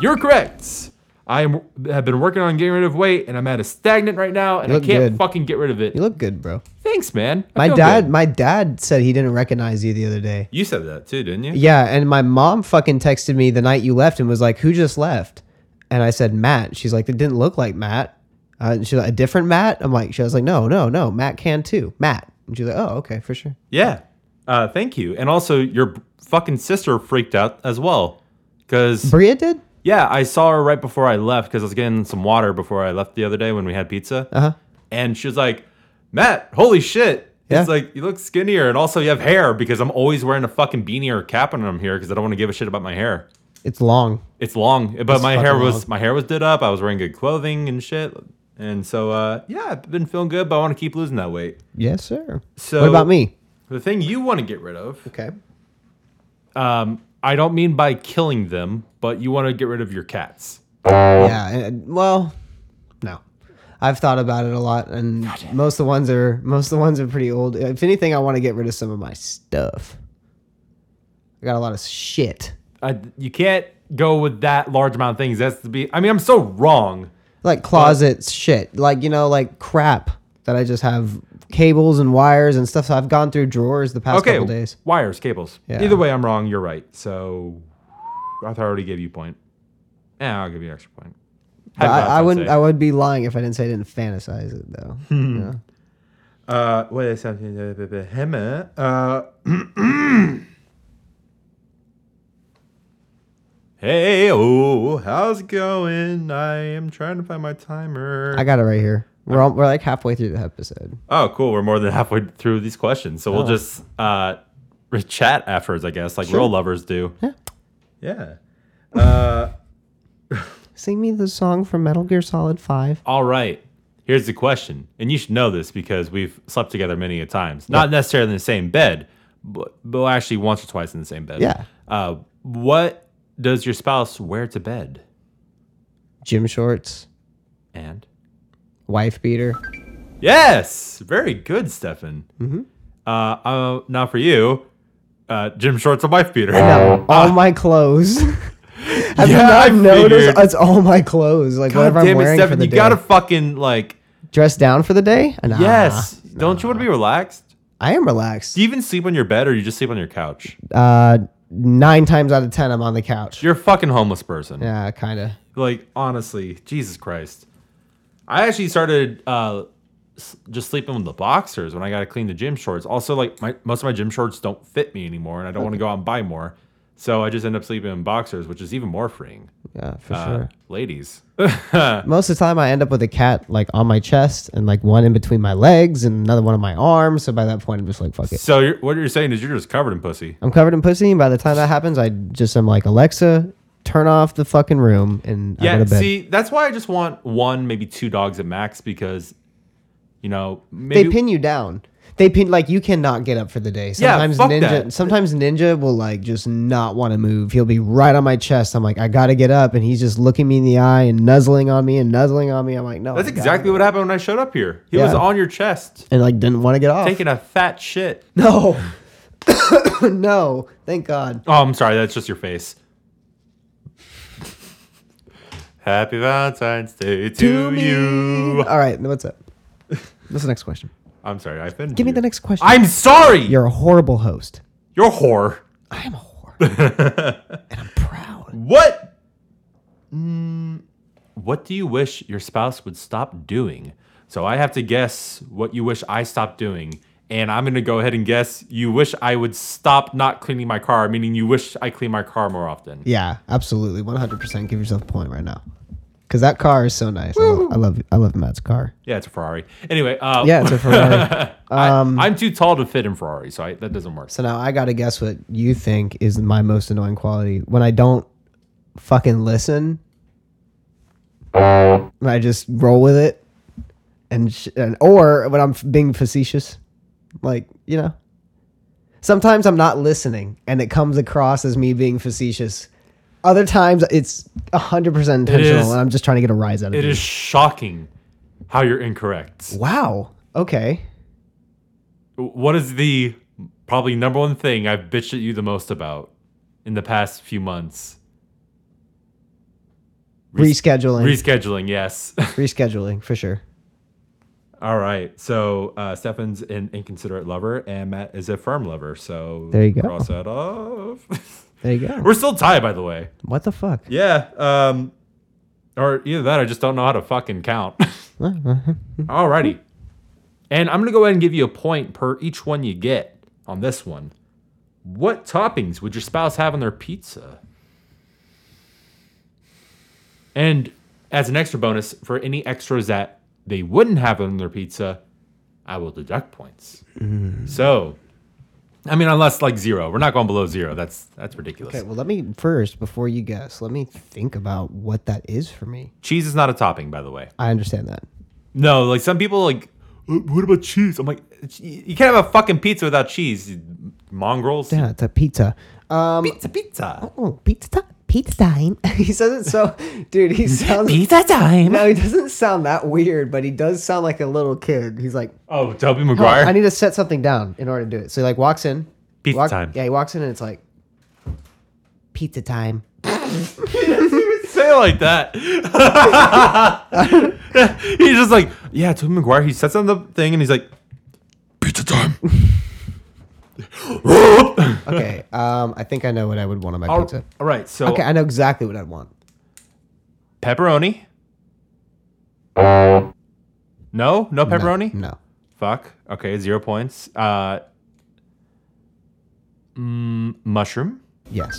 Speaker 2: You're correct. I am, have been working on getting rid of weight, and I'm at a stagnant right now, and I
Speaker 1: look
Speaker 2: can't
Speaker 1: good.
Speaker 2: fucking get rid of it.
Speaker 1: You look good, bro.
Speaker 2: Thanks, man. I
Speaker 1: My
Speaker 2: feel
Speaker 1: dad,
Speaker 2: good.
Speaker 1: my dad said he didn't recognize you the other day.
Speaker 2: You said that too, didn't you?
Speaker 1: Yeah, and my mom fucking texted me the night you left and was like, "Who just left?" And I said, "Matt." She's like, "It didn't look like Matt." Uh, and she's like, "A different Matt?" I'm like, "She was like, no, no, no, Matt can too, Matt." And she's like, "Oh, okay, for sure."
Speaker 2: Yeah. Uh, thank you. And also, your b- fucking sister freaked out as well. Because,
Speaker 1: Bria did.
Speaker 2: yeah, I saw her right before I left because I was getting some water before I left the other day when we had pizza.
Speaker 1: Uh-huh.
Speaker 2: And she was like, Matt, holy shit.
Speaker 1: Yeah.
Speaker 2: It's like, you look skinnier. And also, you have hair because I'm always wearing a fucking beanie or a cap when I'm here because I don't want to give a shit about my hair.
Speaker 1: It's long.
Speaker 2: It's long, but my
Speaker 1: fucking
Speaker 2: hair was my hair was did up. I was wearing good clothing and shit, and so uh, yeah, I've been feeling good, but I want to keep losing that weight.
Speaker 1: Yes, sir.
Speaker 2: So-
Speaker 1: what about me?
Speaker 2: The thing you want to get rid of,
Speaker 1: Okay.
Speaker 2: um, I don't mean by killing them, but you want to get rid of your cats.
Speaker 1: Yeah. and- well, no. I've thought about it a lot, and most of the ones are most of the ones are pretty old. If anything, I want to get rid of some of my stuff. I got a lot of shit.
Speaker 2: I, you can't go with that large amount of things. That's to be. I mean, I'm so wrong.
Speaker 1: like closet shit like you know like crap that i just have cables and wires and stuff so i've gone through drawers the past
Speaker 2: Okay,
Speaker 1: couple days
Speaker 2: wires, cables.
Speaker 1: Yeah.
Speaker 2: Either way, I'm wrong. You're right. So I thought I already gave you a point. Yeah, I'll give you an extra point.
Speaker 1: But
Speaker 2: Headbutts,
Speaker 1: I, I
Speaker 2: I'd
Speaker 1: wouldn't
Speaker 2: say. Hmm.
Speaker 1: i would be lying if i didn't say i didn't fantasize it though you know?
Speaker 2: Uh, what is something that the behemoth? Uh, hey, oh, how's it going? I am trying to find my timer.
Speaker 1: i got it right here we're, all, we're like halfway through the episode
Speaker 2: oh, cool. We're more than halfway through these questions,
Speaker 1: Oh.
Speaker 2: so we'll just uh re- chat afterwards, I guess, like real lovers do.
Speaker 1: Yeah.
Speaker 2: Yeah. Uh,
Speaker 1: sing me the song from metal gear solid 5
Speaker 2: all right. Here's the question, and you should know this because we've slept together many a times. Not necessarily in the same bed, but, but actually once or twice in the same bed.
Speaker 1: Yeah.
Speaker 2: Uh, what does your spouse wear to bed?
Speaker 1: gym shorts
Speaker 2: And
Speaker 1: wife beater
Speaker 2: yes, very good, Stefan. Mm-hmm. Uh, uh, now for you, uh, gym shorts and wife beater.
Speaker 1: no
Speaker 2: Ah.
Speaker 1: all my clothes have
Speaker 2: Yeah, I
Speaker 1: you not noticed
Speaker 2: figured.
Speaker 1: it's all my clothes like
Speaker 2: God
Speaker 1: whatever i'm
Speaker 2: damn it,
Speaker 1: wearing for
Speaker 2: Stefan!
Speaker 1: the
Speaker 2: You
Speaker 1: day Uh-huh.
Speaker 2: gotta fucking like
Speaker 1: dress down for the day Nah,
Speaker 2: yes. Don't you want to be relaxed?
Speaker 1: i am relaxed
Speaker 2: Do you even sleep on your bed, or you just sleep on your couch?
Speaker 1: uh, nine times out of ten, I'm on the couch.
Speaker 2: You're a fucking homeless person.
Speaker 1: yeah, kind of.
Speaker 2: Like honestly, Jesus Christ! I actually started uh, s- just sleeping with the boxers when I got to clean the gym shorts. Also, like my most of my gym shorts don't fit me anymore, and I don't want to go out and buy more, so I just end up sleeping in boxers, which is even more freeing.
Speaker 1: Yeah, for
Speaker 2: Uh,
Speaker 1: sure.
Speaker 2: Ladies,
Speaker 1: Most of the time, I end up with a cat like on my chest and like one in between my legs and another one on my arm. So by that point, I'm just like, fuck it.
Speaker 2: so you're, what you're saying is you're just covered in pussy.
Speaker 1: I'm covered in pussy, and by the time that happens, I just am like, Alexa, turn off the fucking room, and I go
Speaker 2: Yeah,
Speaker 1: to bed.
Speaker 2: see, that's why I just want one, maybe two dogs at max because, you know,
Speaker 1: they
Speaker 2: maybe
Speaker 1: pin you down. They pin like you cannot get up for the day.
Speaker 2: Yeah,
Speaker 1: Sometimes
Speaker 2: fuck
Speaker 1: ninja,
Speaker 2: that.
Speaker 1: sometimes ninja will like just not want to move. He'll be right on my chest. I'm like, I gotta get up, and he's just looking me in the eye and nuzzling on me and nuzzling on me. I'm like, no,
Speaker 2: that's
Speaker 1: I gotta
Speaker 2: exactly what happened when I showed up here. He was
Speaker 1: Yeah.
Speaker 2: on your chest
Speaker 1: and like didn't want to get off.
Speaker 2: taking a fat shit.
Speaker 1: no, no, thank God.
Speaker 2: Oh, I'm sorry. That's just your face. Happy Valentine's Day to, you.
Speaker 1: All right, what's up? What's the next question?
Speaker 2: I'm sorry. I offended
Speaker 1: Give me
Speaker 2: you.
Speaker 1: the next question.
Speaker 2: I'm sorry. You're,
Speaker 1: You're a horrible host.
Speaker 2: You're a whore.
Speaker 1: I am a whore, and I'm proud.
Speaker 2: What? Mm, what do you wish your spouse would stop doing? So I have to guess what you wish I stopped doing. And I'm going to go ahead and guess you wish I would stop not cleaning my car, meaning you wish I clean my car more often.
Speaker 1: Yeah, absolutely, 100. percent Give yourself a point right now, because that car is so nice. I love, I love, I love Matt's car.
Speaker 2: Yeah, it's a Ferrari. Anyway, uh,
Speaker 1: Yeah, it's a Ferrari. Um,
Speaker 2: I, am too tall to fit in Ferrari, so I, that doesn't work.
Speaker 1: so now I gotta guess what you think is my most annoying quality when I don't fucking listen. And I just roll with it, and sh- and or when I'm f- being facetious, Like, you know. Sometimes I'm not listening and it comes across as me being facetious. Other times it's 100% intentional
Speaker 2: is-
Speaker 1: and I'm just trying to get a rise out of
Speaker 2: It
Speaker 1: it.
Speaker 2: is shocking how you're incorrect.
Speaker 1: Wow. Okay.
Speaker 2: What is the probably number one thing I've bitched at you the most about in the past few months? Res-
Speaker 1: Rescheduling.
Speaker 2: Rescheduling, yes.
Speaker 1: Rescheduling for sure.
Speaker 2: All right. So uh, Stefan's an inconsiderate lover, and Matt is a firm lover. So
Speaker 1: There you go.
Speaker 2: Cross that off.
Speaker 1: There you go.
Speaker 2: We're still tied, by the way.
Speaker 1: What the fuck?
Speaker 2: Yeah. Um, or either that, I just don't know how to fucking count. Alrighty. And I'm gonna go ahead and give you a point per each one you get on this one. What toppings would your spouse have on their pizza? And as an extra bonus, for any extras that they wouldn't have on their pizza, I will deduct points. So, I mean, unless like zero, we're not going below zero. That's that's ridiculous.
Speaker 1: Okay, well, let me first, before you guess, let me think about what that is for me.
Speaker 2: Cheese is not a topping, by the way.
Speaker 1: I understand that.
Speaker 2: No, like some people like, "Uh, what about cheese? I'm like, "It's- you you can't have a fucking pizza without cheese, you mongrels.
Speaker 1: Yeah, it's a pizza. Um,
Speaker 2: Pizza, pizza.
Speaker 1: oh, pizza time. Pizza time. he says it so, dude. He sounds
Speaker 2: Pizza time.
Speaker 1: no, he doesn't sound that weird, but he does sound like a little kid. He's like,
Speaker 2: Oh, Toby
Speaker 1: "Oh,
Speaker 2: Maguire.
Speaker 1: I need to set something down in order to do it. So he like walks in.
Speaker 2: Pizza
Speaker 1: walk-
Speaker 2: time.
Speaker 1: Yeah, he walks in and it's like, pizza time.
Speaker 2: Say it like that. he's just like, yeah, Toby Maguire. He sets on the thing and he's like, pizza time.
Speaker 1: Okay, um, I think I know what I would want on my
Speaker 2: all,
Speaker 1: pizza.
Speaker 2: all right, so
Speaker 1: Okay, I know exactly what I'd want.
Speaker 2: pepperoni. No, no
Speaker 1: Uh. No,
Speaker 2: pepperoni.
Speaker 1: No.
Speaker 2: Fuck. Okay, zero points. Uh, mm, mushroom.
Speaker 1: Yes.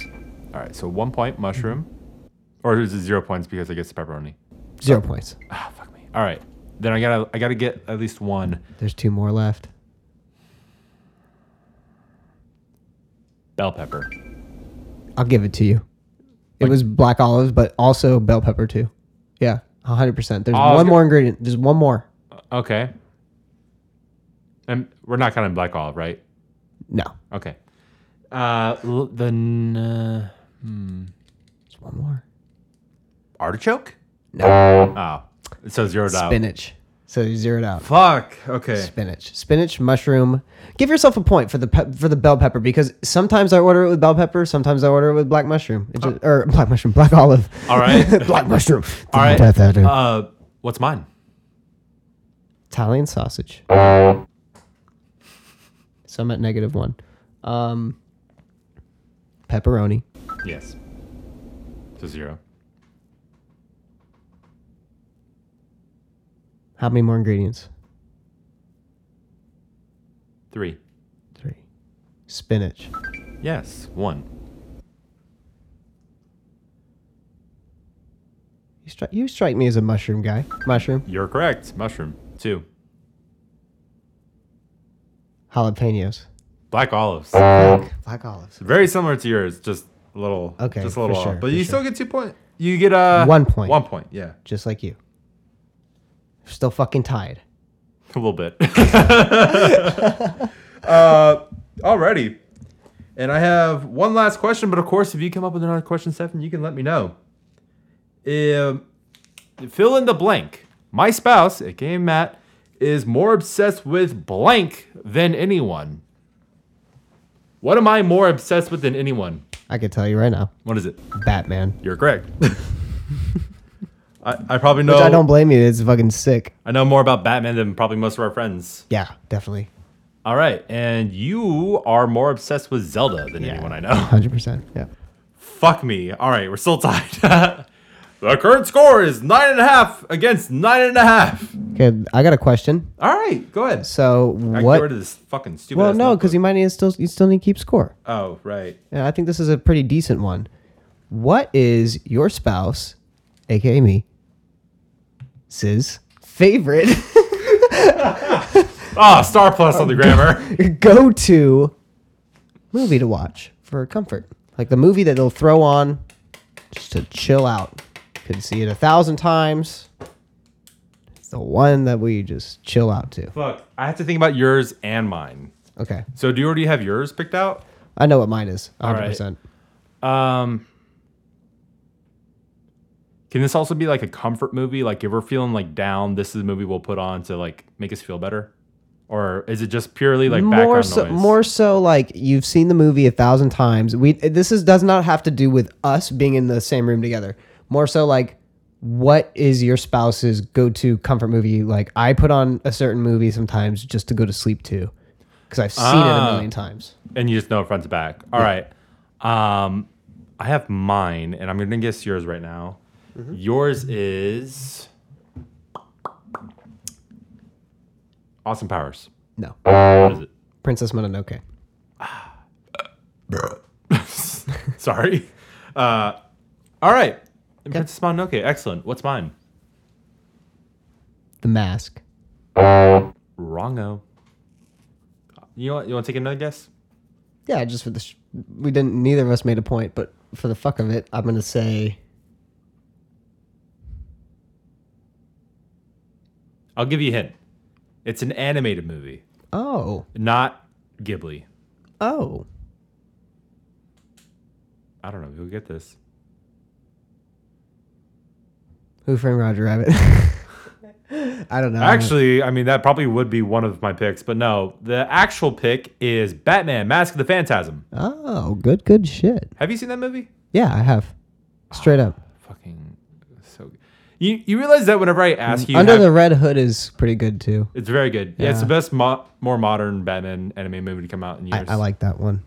Speaker 2: All right, so one point mushroom, or is it zero points because I guess it's pepperoni?
Speaker 1: Zero points.
Speaker 2: Ah, fuck me. All right, then I gotta I gotta get at least one
Speaker 1: There's two more left.
Speaker 2: bell pepper.
Speaker 1: I'll give it to you. It was black olives, but also bell pepper too. Yeah, 100%. There's
Speaker 2: I was
Speaker 1: one
Speaker 2: go-
Speaker 1: more ingredient. There's one more.
Speaker 2: Uh, Okay. And we're not counting black olive, right?
Speaker 1: No,
Speaker 2: Okay. Uh, l- the n- uh,
Speaker 1: there's one more.
Speaker 2: artichoke.
Speaker 1: No,
Speaker 2: Oh, so zeroed out.
Speaker 1: spinach. So you zeroed out.
Speaker 2: Fuck. Okay.
Speaker 1: Spinach, spinach, mushroom. Give yourself a point for the pe- for the bell pepper because sometimes I order it with bell pepper, sometimes I order it with black mushroom,
Speaker 2: Uh.
Speaker 1: It ju- or black mushroom, black olive.
Speaker 2: All right.
Speaker 1: black mushroom.
Speaker 2: All right. Uh, what's mine?
Speaker 1: Italian sausage. So I'm at negative one. Um, pepperoni.
Speaker 2: Yes. So zero.
Speaker 1: How many more ingredients?
Speaker 2: Three.
Speaker 1: Three. Spinach.
Speaker 2: Yes. One.
Speaker 1: You, stri- you strike me as a mushroom guy. Mushroom.
Speaker 2: You're correct. Mushroom. Two.
Speaker 1: Jalapenos.
Speaker 2: Black olives.
Speaker 1: Black, black olives.
Speaker 2: Very similar to yours, just a little.
Speaker 1: Okay,
Speaker 2: Just a little
Speaker 1: for
Speaker 2: off.
Speaker 1: sure,
Speaker 2: But
Speaker 1: for
Speaker 2: you
Speaker 1: sure.
Speaker 2: still get two point. You get uh
Speaker 1: One point.
Speaker 2: One point. Yeah,
Speaker 1: Just like you. Still fucking tied.
Speaker 2: a little bit. uh, alrighty. And I have one last question, but of course, if you come up with another question, Stefan, you can let me know. Um, fill in the blank. My spouse, aka Matt, is more obsessed with blank than anyone. What am I more obsessed with than anyone?
Speaker 1: I could tell you right now.
Speaker 2: What is it?
Speaker 1: Batman.
Speaker 2: You're correct. I, I probably know
Speaker 1: Which I don't blame you. It's fucking sick.
Speaker 2: I know more about Batman than probably most of our friends.
Speaker 1: Yeah, definitely.
Speaker 2: All right, and you are more obsessed with Zelda than anyone I know.
Speaker 1: 100%. Yeah.
Speaker 2: Fuck me. All right, we're still tied. the current score is nine and a half against nine and a half.
Speaker 1: Okay, I got a question.
Speaker 2: All right, go ahead.
Speaker 1: So
Speaker 2: I can
Speaker 1: what?
Speaker 2: get rid of this fucking stupid.
Speaker 1: well,
Speaker 2: ass
Speaker 1: no, because you
Speaker 2: notebook.
Speaker 1: might need to still you still need to keep score.
Speaker 2: Oh right.
Speaker 1: And I think this is a pretty decent one. What is your spouse, aka me, Sis, favorite
Speaker 2: Ah, star plus on the grammar.
Speaker 1: go to movie to watch for comfort? Like the movie that they'll throw on just to chill out. Could see it a thousand times. It's the one that we just chill out to.
Speaker 2: Fuck. I have to think about yours and mine.
Speaker 1: Okay.
Speaker 2: So do you already have yours picked out?
Speaker 1: I know what mine is. 100%.
Speaker 2: right. Um, can this also be like a comfort movie? Like if we're feeling like down, this is a movie we'll put on to like make us feel better, or is it just purely like
Speaker 1: more
Speaker 2: background
Speaker 1: so,
Speaker 2: noise?
Speaker 1: more so like you've seen the movie a thousand times. We this is does not have to do with us being in the same room together. More so like what is your spouse's go-to comfort movie? Like I put on a certain movie sometimes just to go to sleep to because I've seen it
Speaker 2: Ah.
Speaker 1: a million times.
Speaker 2: and you just know it front to back. All right. Um, I have mine, and I'm gonna guess yours right now.
Speaker 1: Mm-hmm.
Speaker 2: Yours is Awesome Powers.
Speaker 1: No,
Speaker 2: What is it?
Speaker 1: Princess Mononoke.
Speaker 2: Sorry. Uh, all right. Princess Mononoke. Excellent. What's mine?
Speaker 1: The Mask.
Speaker 2: Wrongo. You know what? You want to take another guess?
Speaker 1: Yeah, just for the sh- we didn't. Neither of us made a point, but for the fuck of it, I'm gonna say
Speaker 2: I'll give you a hint. It's an animated movie,
Speaker 1: oh
Speaker 2: not Ghibli.
Speaker 1: oh.
Speaker 2: I don't know. Who get this?
Speaker 1: Who framed Roger Rabbit? I don't know.
Speaker 2: Actually, I mean that probably would be one of my picks, but no. The actual pick is Batman: Mask of the Phantasm.
Speaker 1: Oh, good, good shit.
Speaker 2: Have you seen that movie?
Speaker 1: Yeah, I have. Straight up.
Speaker 2: Fucking so. You you realize that whenever I ask you,
Speaker 1: Mm, Under
Speaker 2: have-
Speaker 1: the Red Hood is pretty good too.
Speaker 2: it's very good. Yeah, it's
Speaker 1: Yeah.
Speaker 2: the best mo- more modern Batman anime movie to come out in
Speaker 1: I,
Speaker 2: years.
Speaker 1: I like that one.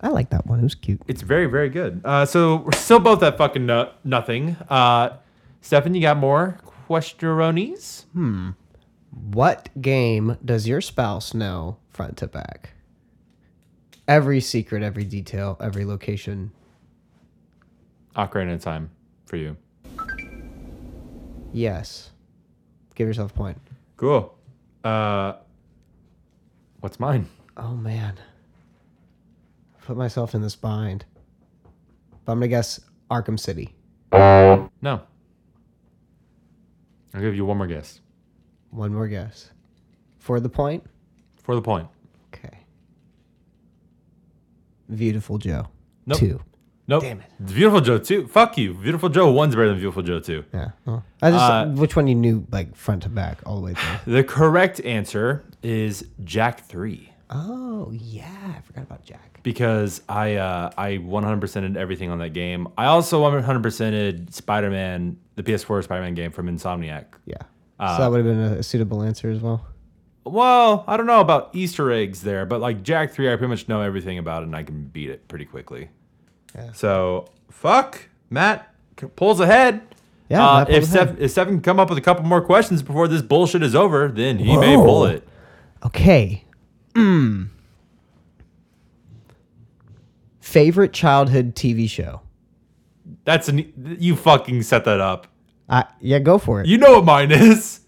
Speaker 1: I like that one. It was cute.
Speaker 2: It's very, very good. Uh, so we're still both at fucking no- nothing. Uh, Stefan, you got more questioneronies?
Speaker 1: What game does your spouse know front to back? Every secret, every detail, every location.
Speaker 2: Ocarina of Time for you.
Speaker 1: Yes. Give yourself a point.
Speaker 2: Cool. Uh, what's mine?
Speaker 1: Oh man. Put myself in this bind. But I'm gonna guess Arkham City.
Speaker 2: No. I'll give you one more guess
Speaker 1: One more guess. For the point?
Speaker 2: for the point.
Speaker 1: Okay. Beautiful Joe.
Speaker 2: Nope.
Speaker 1: Two.
Speaker 2: Nope.
Speaker 1: Damn it.
Speaker 2: Beautiful Joe 2. Fuck you. Beautiful Joe 1's better than Beautiful Joe 2.
Speaker 1: Yeah. Oh. I just
Speaker 2: Uh,
Speaker 1: which one you knew like front to back all the way through.
Speaker 2: The correct answer is Jack 3.
Speaker 1: oh yeah, I forgot about Jack.
Speaker 2: because I uh, I 100%ed everything on that game. I also 100%ed Spider-Man, the PS4 Spider-Man game from Insomniac.
Speaker 1: Yeah. so that would have been a, suitable answer as well.
Speaker 2: Well, I don't know about Easter eggs there, but like Jack 3, I pretty much know everything about it and I can beat it pretty quickly.
Speaker 1: Yeah.
Speaker 2: So, fuck, Matt c- pulls ahead.
Speaker 1: Yeah,
Speaker 2: Uh,
Speaker 1: Matt pulls
Speaker 2: if, Steph, if Steph can come up with a couple more questions before this bullshit is over, then he may
Speaker 1: Whoa.
Speaker 2: pull it.
Speaker 1: Okay. Mm. Favorite childhood TV show?
Speaker 2: That's an e, you fucking set that up.
Speaker 1: I yeah, go for it.
Speaker 2: You know what mine is.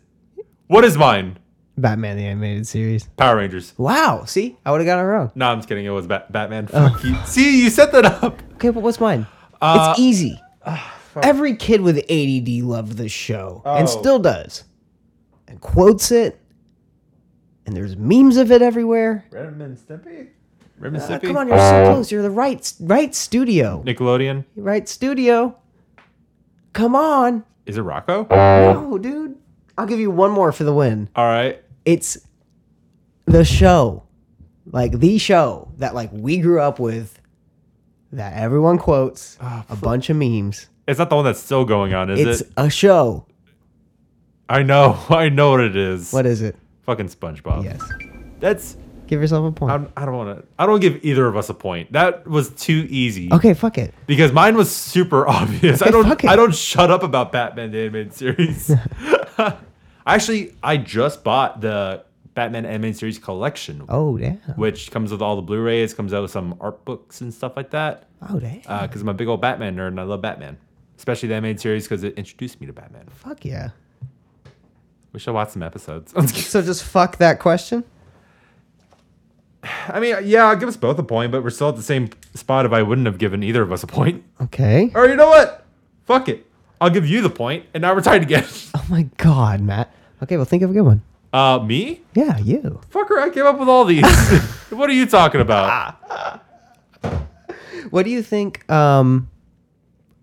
Speaker 2: What is mine?
Speaker 1: Batman the animated series.
Speaker 2: Power Rangers.
Speaker 1: Wow, see? I would have got it wrong.
Speaker 2: No, I'm just kidding. It was Bat- Batman.
Speaker 1: Oh.
Speaker 2: Fuck you. See, you set that up.
Speaker 1: Okay, but what's mine?
Speaker 2: Uh,
Speaker 1: it's easy. Every kid with ADD loved this show and
Speaker 2: Oh.
Speaker 1: still does, and quotes it. And there's memes of it everywhere.
Speaker 2: Red and Stimpy? Red and
Speaker 1: Uh,
Speaker 2: Stimpy?
Speaker 1: come on, you're so close. You're the right right studio.
Speaker 2: Nickelodeon?
Speaker 1: Right studio. Come on.
Speaker 2: Is it Rocco?
Speaker 1: No, dude. I'll give you one more for the win.
Speaker 2: All right.
Speaker 1: It's the show. Like the show that like we grew up with that everyone quotes
Speaker 2: Ah,
Speaker 1: a bunch of memes.
Speaker 2: It's not the one that's still going on, is
Speaker 1: It's
Speaker 2: it?
Speaker 1: a show.
Speaker 2: I know. I know what it is.
Speaker 1: What is it?
Speaker 2: Fucking SpongeBob.
Speaker 1: Yes.
Speaker 2: That's.
Speaker 1: Give yourself a point.
Speaker 2: I'm, I don't want to. I don't give either of us a point. That was too easy
Speaker 1: okay, fuck it.
Speaker 2: because mine was super obvious. I
Speaker 1: Okay,
Speaker 2: don't.
Speaker 1: fuck it.
Speaker 2: I don't shut up about Batman the animated series. Actually, I just bought the Batman animated series collection.
Speaker 1: Oh damn.
Speaker 2: which comes with all the Blu-rays, comes out with some art books and stuff like that.
Speaker 1: Oh damn.
Speaker 2: Because I'm a big old Batman nerd and I love Batman, especially the animated series because it introduced me to Batman.
Speaker 1: fuck yeah.
Speaker 2: We should watch some episodes.
Speaker 1: So just fuck that question.
Speaker 2: I mean, yeah, I'll give us both a point, but we're still at the same spot if I wouldn't have given either of us a point.
Speaker 1: Okay.
Speaker 2: Or you know what? Fuck it. I'll give you the point, and now we're tied again.
Speaker 1: Oh my god, Matt. Okay, well think of a good one.
Speaker 2: Uh, me?
Speaker 1: Yeah, you.
Speaker 2: Fucker, I came up with all these. what are you talking about?
Speaker 1: What do you think? Um,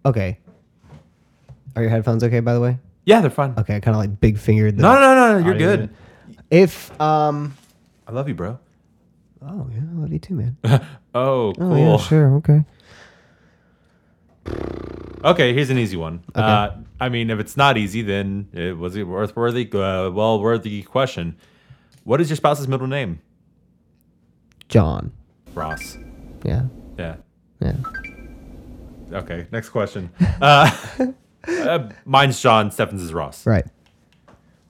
Speaker 1: okay. Are your headphones okay? By the way.
Speaker 2: Yeah, they're fine.
Speaker 1: Okay, I kind of like big fingered.
Speaker 2: No, no, no, no. You're
Speaker 1: Audio
Speaker 2: good.
Speaker 1: If um.
Speaker 2: I love you, bro.
Speaker 1: Oh yeah, I love you too, man.
Speaker 2: Oh, cool.
Speaker 1: Oh yeah, sure, okay.
Speaker 2: Okay, here's an easy one. Uh, I mean, if it's not easy, then it was it worth worthy, uh, well worthy question. What is your spouse's middle name?
Speaker 1: John.
Speaker 2: Ross.
Speaker 1: Yeah.
Speaker 2: Yeah.
Speaker 1: Yeah.
Speaker 2: Okay. Next question. Uh, uh, mine's John. Stephens is Ross.
Speaker 1: Right.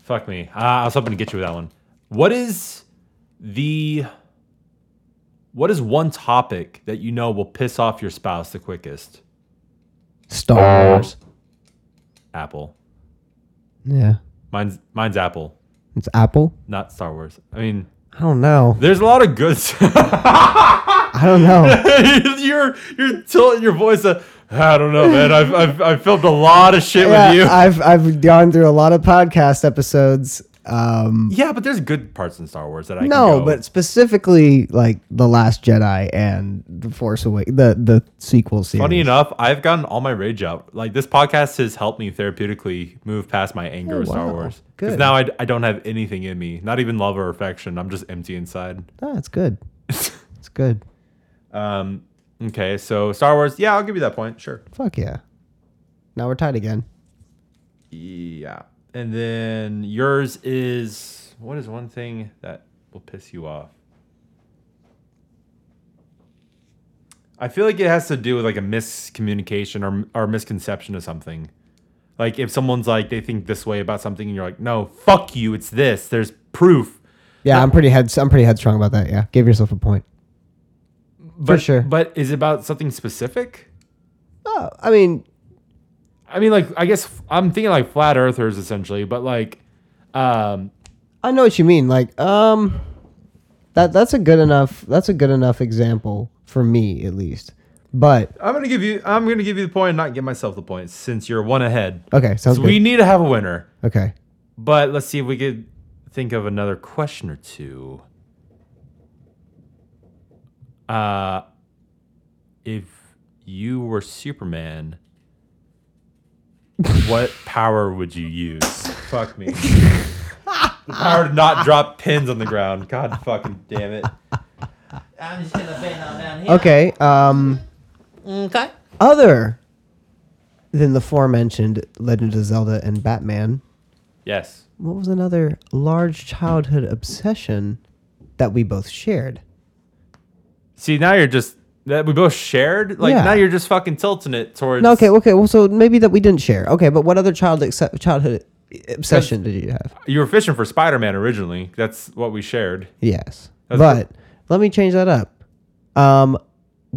Speaker 2: Fuck me. Uh, I was hoping to get you with that one. What is the what is one topic that you know will piss off your spouse the quickest?
Speaker 1: Star Wars.
Speaker 2: Apple.
Speaker 1: Yeah.
Speaker 2: Mine's mine's Apple,
Speaker 1: It's Apple.
Speaker 2: not Star Wars. I mean,
Speaker 1: I don't know.
Speaker 2: there's a lot of good. stuff.
Speaker 1: I don't know.
Speaker 2: you're you're tilting your voice. Uh, I don't know, man. I've I've, I've filmed a lot of shit
Speaker 1: yeah,
Speaker 2: with you.
Speaker 1: I've I've gone through a lot of podcast episodes. Um,
Speaker 2: yeah, but there's good parts in Star Wars that
Speaker 1: no,
Speaker 2: I Can go-
Speaker 1: but specifically like the Last Jedi and the Force Awake, the the sequel series.
Speaker 2: Funny enough, I've gotten all my rage out. Like this podcast has helped me therapeutically move past my anger
Speaker 1: Oh,
Speaker 2: with Star
Speaker 1: wow.
Speaker 2: Wars. Because
Speaker 1: Good.
Speaker 2: now I, I don't have anything in me, not even love or affection. I'm just empty inside.
Speaker 1: that's Ah, good. It's good.
Speaker 2: Um, okay, so Star Wars, yeah, I'll give you that point, sure.
Speaker 1: Fuck yeah. Now we're tied again.
Speaker 2: Yeah, and then yours is what is one thing that will piss you off? I feel like it has to do with like a miscommunication or or misconception of something. Like if someone's like they think this way about something, and you're like, no, fuck you, it's this. There's proof.
Speaker 1: Yeah, I'm pretty head. I'm pretty headstrong about that. Yeah, give yourself a point.
Speaker 2: But,
Speaker 1: sure.
Speaker 2: But is it about something specific?
Speaker 1: Oh, I mean,
Speaker 2: I mean, like I guess f- I'm thinking like flat earthers essentially, but like, um,
Speaker 1: I know what you mean. Like, um, that that's a good enough. That's a good enough example for me, at least. But
Speaker 2: I'm gonna give you. I'm gonna give you the point and not give myself the point since you're one ahead.
Speaker 1: okay, sounds
Speaker 2: So we need to have a winner.
Speaker 1: good. Okay,
Speaker 2: But let's see if we could think of another question or two. Uh, if you were Superman, what power would you use? Fuck me. the power to not drop pins on the ground. God fucking damn it.
Speaker 3: I'm just gonna bend on down here.
Speaker 1: okay. Um,
Speaker 3: Okay.
Speaker 1: other than the aforementioned Legend of Zelda and Batman,
Speaker 2: Yes.
Speaker 1: what was another large childhood obsession that we both shared?
Speaker 2: See, now you're just that we both shared. Like
Speaker 1: Yeah.
Speaker 2: now you're just fucking tilting it towards.
Speaker 1: No, okay, okay. Well, so maybe that we didn't share. Okay, but what other child exce- childhood obsession did you have?
Speaker 2: You were fishing for Spider Man originally. That's what we shared.
Speaker 1: Yes.
Speaker 2: That's
Speaker 1: but let me change that up. Um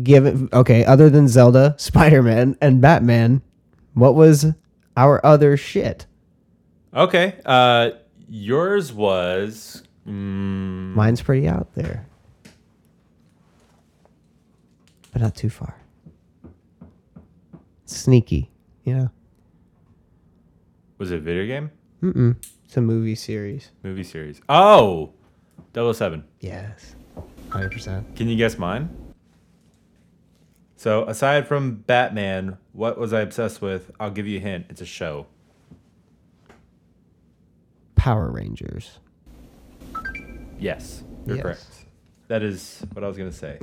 Speaker 1: give it okay, other than Zelda, Spider-Man and Batman, what was our other shit?
Speaker 2: Okay. Uh, yours was. Mm,
Speaker 1: Mine's pretty out there. But not too far. Sneaky, you know.
Speaker 2: was it a video game?
Speaker 1: Mm-mm. It's a movie series.
Speaker 2: Movie series? Oh, 007.
Speaker 1: Yes. 100%.
Speaker 2: Can you guess mine? So, aside from Batman, what was I obsessed with? I'll give you a hint. It's a show.
Speaker 1: Power Rangers.
Speaker 2: Yes, you're
Speaker 1: Yes.
Speaker 2: correct. That is what I was going to say.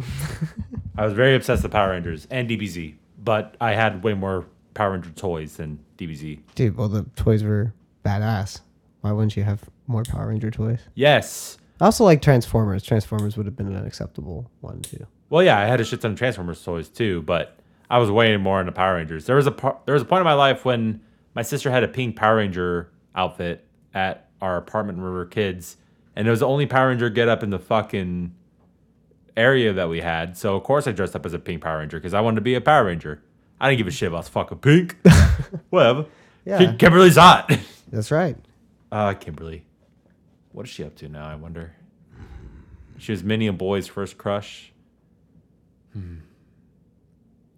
Speaker 2: I was very obsessed with Power Rangers and DBZ, but I had way more Power Ranger toys than DBZ.
Speaker 1: Dude, well the toys were badass. Why wouldn't you have more Power Ranger toys?
Speaker 2: Yes.
Speaker 1: I also like Transformers. Transformers would have been an acceptable one too.
Speaker 2: Well, yeah, I had a shit ton of Transformers toys too, but I was way more into Power Rangers. There was a par- there was a point in my life when my sister had a pink Power Ranger outfit at our apartment when we were kids, and it was the only Power Ranger get up in the fucking area that we had. So of course I dressed up as a pink Power Ranger because I wanted to be a Power Ranger. I didn't give a shit about fucking pink. Whatever.
Speaker 1: Yeah.
Speaker 2: Kim- Kimberly's hot.
Speaker 1: That's right.
Speaker 2: Uh, Kimberly. What is she up to now, I wonder? She was many a boy's first crush. Hmm.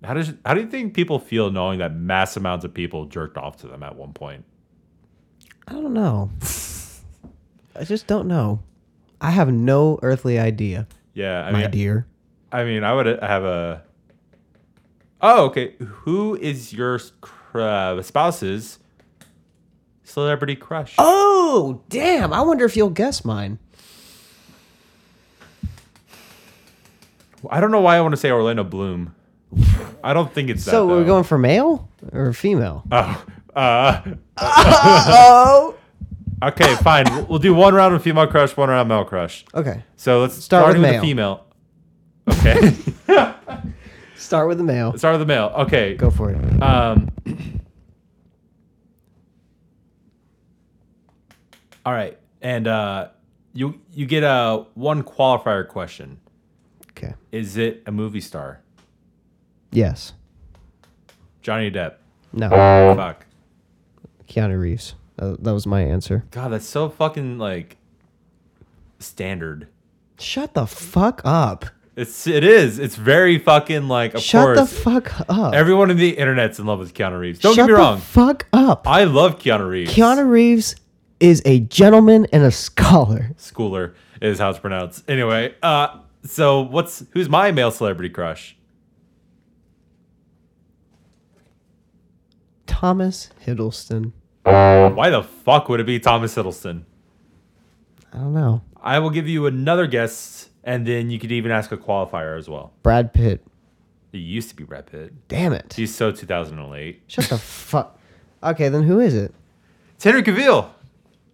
Speaker 2: How does how do you think people feel knowing that mass amounts of people jerked off to them at one point?
Speaker 1: I don't know. I just don't know. I have no earthly idea,
Speaker 2: Yeah, I
Speaker 1: my
Speaker 2: mean,
Speaker 1: dear.
Speaker 2: I mean, I would have a. Oh, okay. Who is your cr- uh, spouse's celebrity crush?
Speaker 1: Oh, damn. I wonder if you'll guess mine.
Speaker 2: I don't know why I want to say Orlando Bloom. I don't think it's that. uh,
Speaker 1: so we're
Speaker 2: though.
Speaker 1: going for male or female?
Speaker 2: Oh, uh,
Speaker 1: Oh.
Speaker 2: okay, fine. We'll- We'll do one round of female crush, one round male crush.
Speaker 1: Okay.
Speaker 2: So let's
Speaker 1: Start
Speaker 2: starting
Speaker 1: with
Speaker 2: the female. Okay,
Speaker 1: Start with the male.
Speaker 2: start with the male. Okay,
Speaker 1: Go for it.
Speaker 2: Um, all right, and uh, you you get a one qualifier question.
Speaker 1: Okay.
Speaker 2: Is it a movie star?
Speaker 1: Yes.
Speaker 2: Johnny Depp.
Speaker 1: No.
Speaker 2: Fuck.
Speaker 1: Keanu Reeves. That, that was my answer.
Speaker 2: God, that's so fucking like standard.
Speaker 1: Shut the fuck up.
Speaker 2: It's it is. It's very fucking like. Of
Speaker 1: Shut the
Speaker 2: course,
Speaker 1: fuck up.
Speaker 2: everyone in the internet's in love with Keanu Reeves. Don't
Speaker 1: Shut
Speaker 2: get me
Speaker 1: the
Speaker 2: wrong.
Speaker 1: fuck up.
Speaker 2: I love Keanu Reeves.
Speaker 1: Keanu Reeves is a gentleman and a scholar.
Speaker 2: Schooler is how it's pronounced. Anyway, uh, so what's who's my male celebrity crush?
Speaker 1: Thomas Hiddleston.
Speaker 2: Why the fuck would it be Thomas Hiddleston?
Speaker 1: I don't know.
Speaker 2: I will give you another guess, and then you could even ask a qualifier as well.
Speaker 1: Brad Pitt.
Speaker 2: It used to be Brad Pitt.
Speaker 1: Damn it.
Speaker 2: He's so 2008.
Speaker 1: Shut the fuck. Okay, then who is it?
Speaker 2: It's Henry Cavill.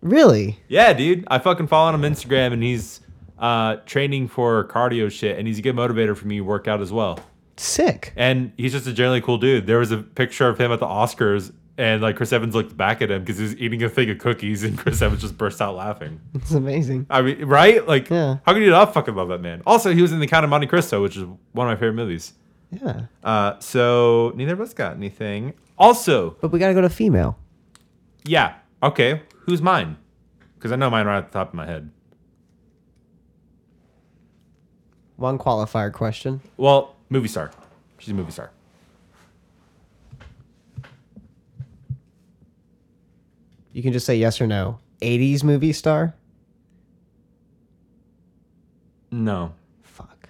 Speaker 1: Really?
Speaker 2: Yeah, dude. I fucking follow him on Instagram, and he's uh, training for cardio shit, and he's a good motivator for me to work out as well.
Speaker 1: Sick.
Speaker 2: And he's just a generally cool dude. There was a picture of him at the Oscars, and like Chris Evans looked back at him because he was eating a thing of cookies, and Chris Evans just burst out laughing.
Speaker 1: It's amazing.
Speaker 2: I mean, right? Like,
Speaker 1: Yeah.
Speaker 2: how can you not fucking love that man? Also, he was in The Count of Monte Cristo, which is one of my favorite movies.
Speaker 1: Yeah.
Speaker 2: Uh, so neither of us got anything. Also,
Speaker 1: But we gotta go to female.
Speaker 2: yeah, okay, who's mine? Because I know mine right at the top of my head.
Speaker 1: One qualifier question.
Speaker 2: Well, movie star. She's a movie star.
Speaker 1: You can just say yes or no. 80s movie star?
Speaker 2: No,
Speaker 1: Fuck.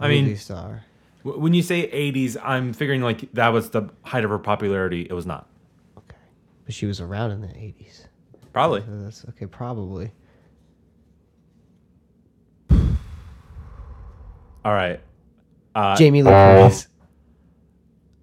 Speaker 2: I
Speaker 1: movie
Speaker 2: mean,
Speaker 1: star.
Speaker 2: w- when you say '80s, I'm figuring like that was the height of her popularity. It was not.
Speaker 1: Okay. But she was around in the 80s.
Speaker 2: Probably.
Speaker 1: So that's okay, probably.
Speaker 2: All right. Uh,
Speaker 1: Jamie Lee Curtis.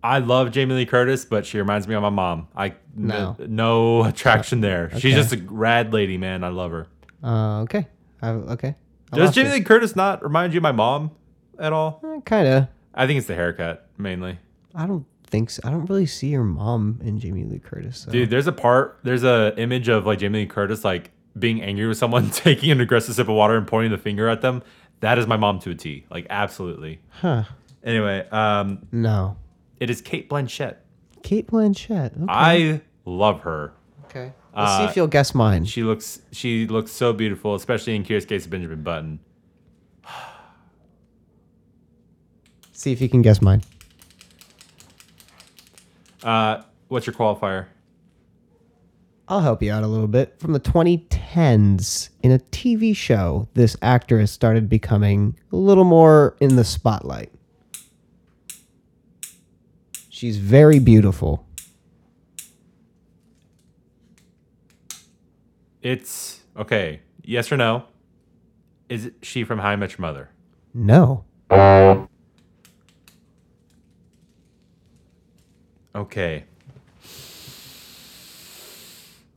Speaker 2: I love Jamie Lee Curtis, but she reminds me of my mom. I
Speaker 1: No.
Speaker 2: no, no attraction there.
Speaker 1: Okay.
Speaker 2: She's just a rad lady, man. I love her.
Speaker 1: Uh, okay. I, okay. I
Speaker 2: Does
Speaker 1: lost
Speaker 2: Jamie
Speaker 1: it.
Speaker 2: Lee Curtis not remind you of my mom at all?
Speaker 1: Eh, Kinda.
Speaker 2: I think it's the haircut mainly.
Speaker 1: I don't think so. I don't really see your mom in Jamie Lee Curtis. So.
Speaker 2: Dude, there's a part, there's a image of like Jamie Lee Curtis like being angry with someone, taking an aggressive sip of water and pointing the finger at them. That is my mom to a T. Like absolutely.
Speaker 1: Huh.
Speaker 2: Anyway, um,
Speaker 1: No.
Speaker 2: it is Kate Blanchett.
Speaker 1: Kate Blanchett. Okay.
Speaker 2: I love her.
Speaker 1: okay. Let's see
Speaker 2: uh,
Speaker 1: if you'll guess mine.
Speaker 2: She looks she looks so beautiful, especially in Curious Case of Benjamin Button.
Speaker 1: see if you can guess mine.
Speaker 2: Uh, what's your qualifier?
Speaker 1: I'll help you out a little bit. From the 2010s, in a TV show, this actress started becoming a little more in the spotlight. She's very beautiful.
Speaker 2: It's okay. Yes or no? Is it she from How I Met Your Mother?
Speaker 1: No.
Speaker 2: Okay.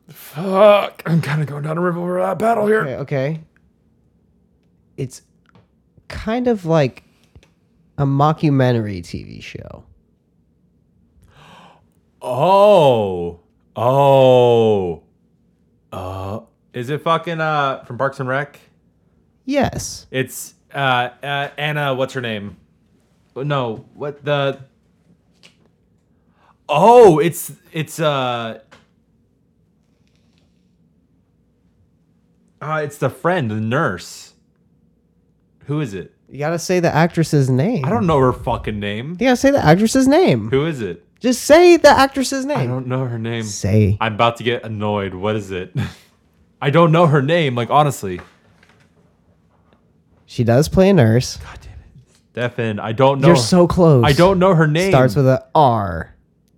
Speaker 2: Fuck. I'm kind of going down a river uh, battle here.
Speaker 1: Okay, okay. It's kind of like a mockumentary TV show.
Speaker 2: Oh. Oh. Uh, is it fucking uh from Parks and Rec?
Speaker 1: Yes.
Speaker 2: It's uh, uh Anna, what's her name? No, what the Oh, it's it's uh Uh, it's the friend, the nurse. Who is it?
Speaker 1: You gotta say the actress's name.
Speaker 2: I don't know her fucking name.
Speaker 1: You gotta say the actress's name.
Speaker 2: Who is it?
Speaker 1: Just say the actress's
Speaker 2: I
Speaker 1: name.
Speaker 2: don't know her name.
Speaker 1: Say.
Speaker 2: I'm about to get annoyed. What is it? I don't know her name. Like honestly,
Speaker 1: She does play a nurse.
Speaker 2: God damn it, Stefan. I don't know.
Speaker 1: You're so close.
Speaker 2: I don't know her name.
Speaker 1: Starts with a R.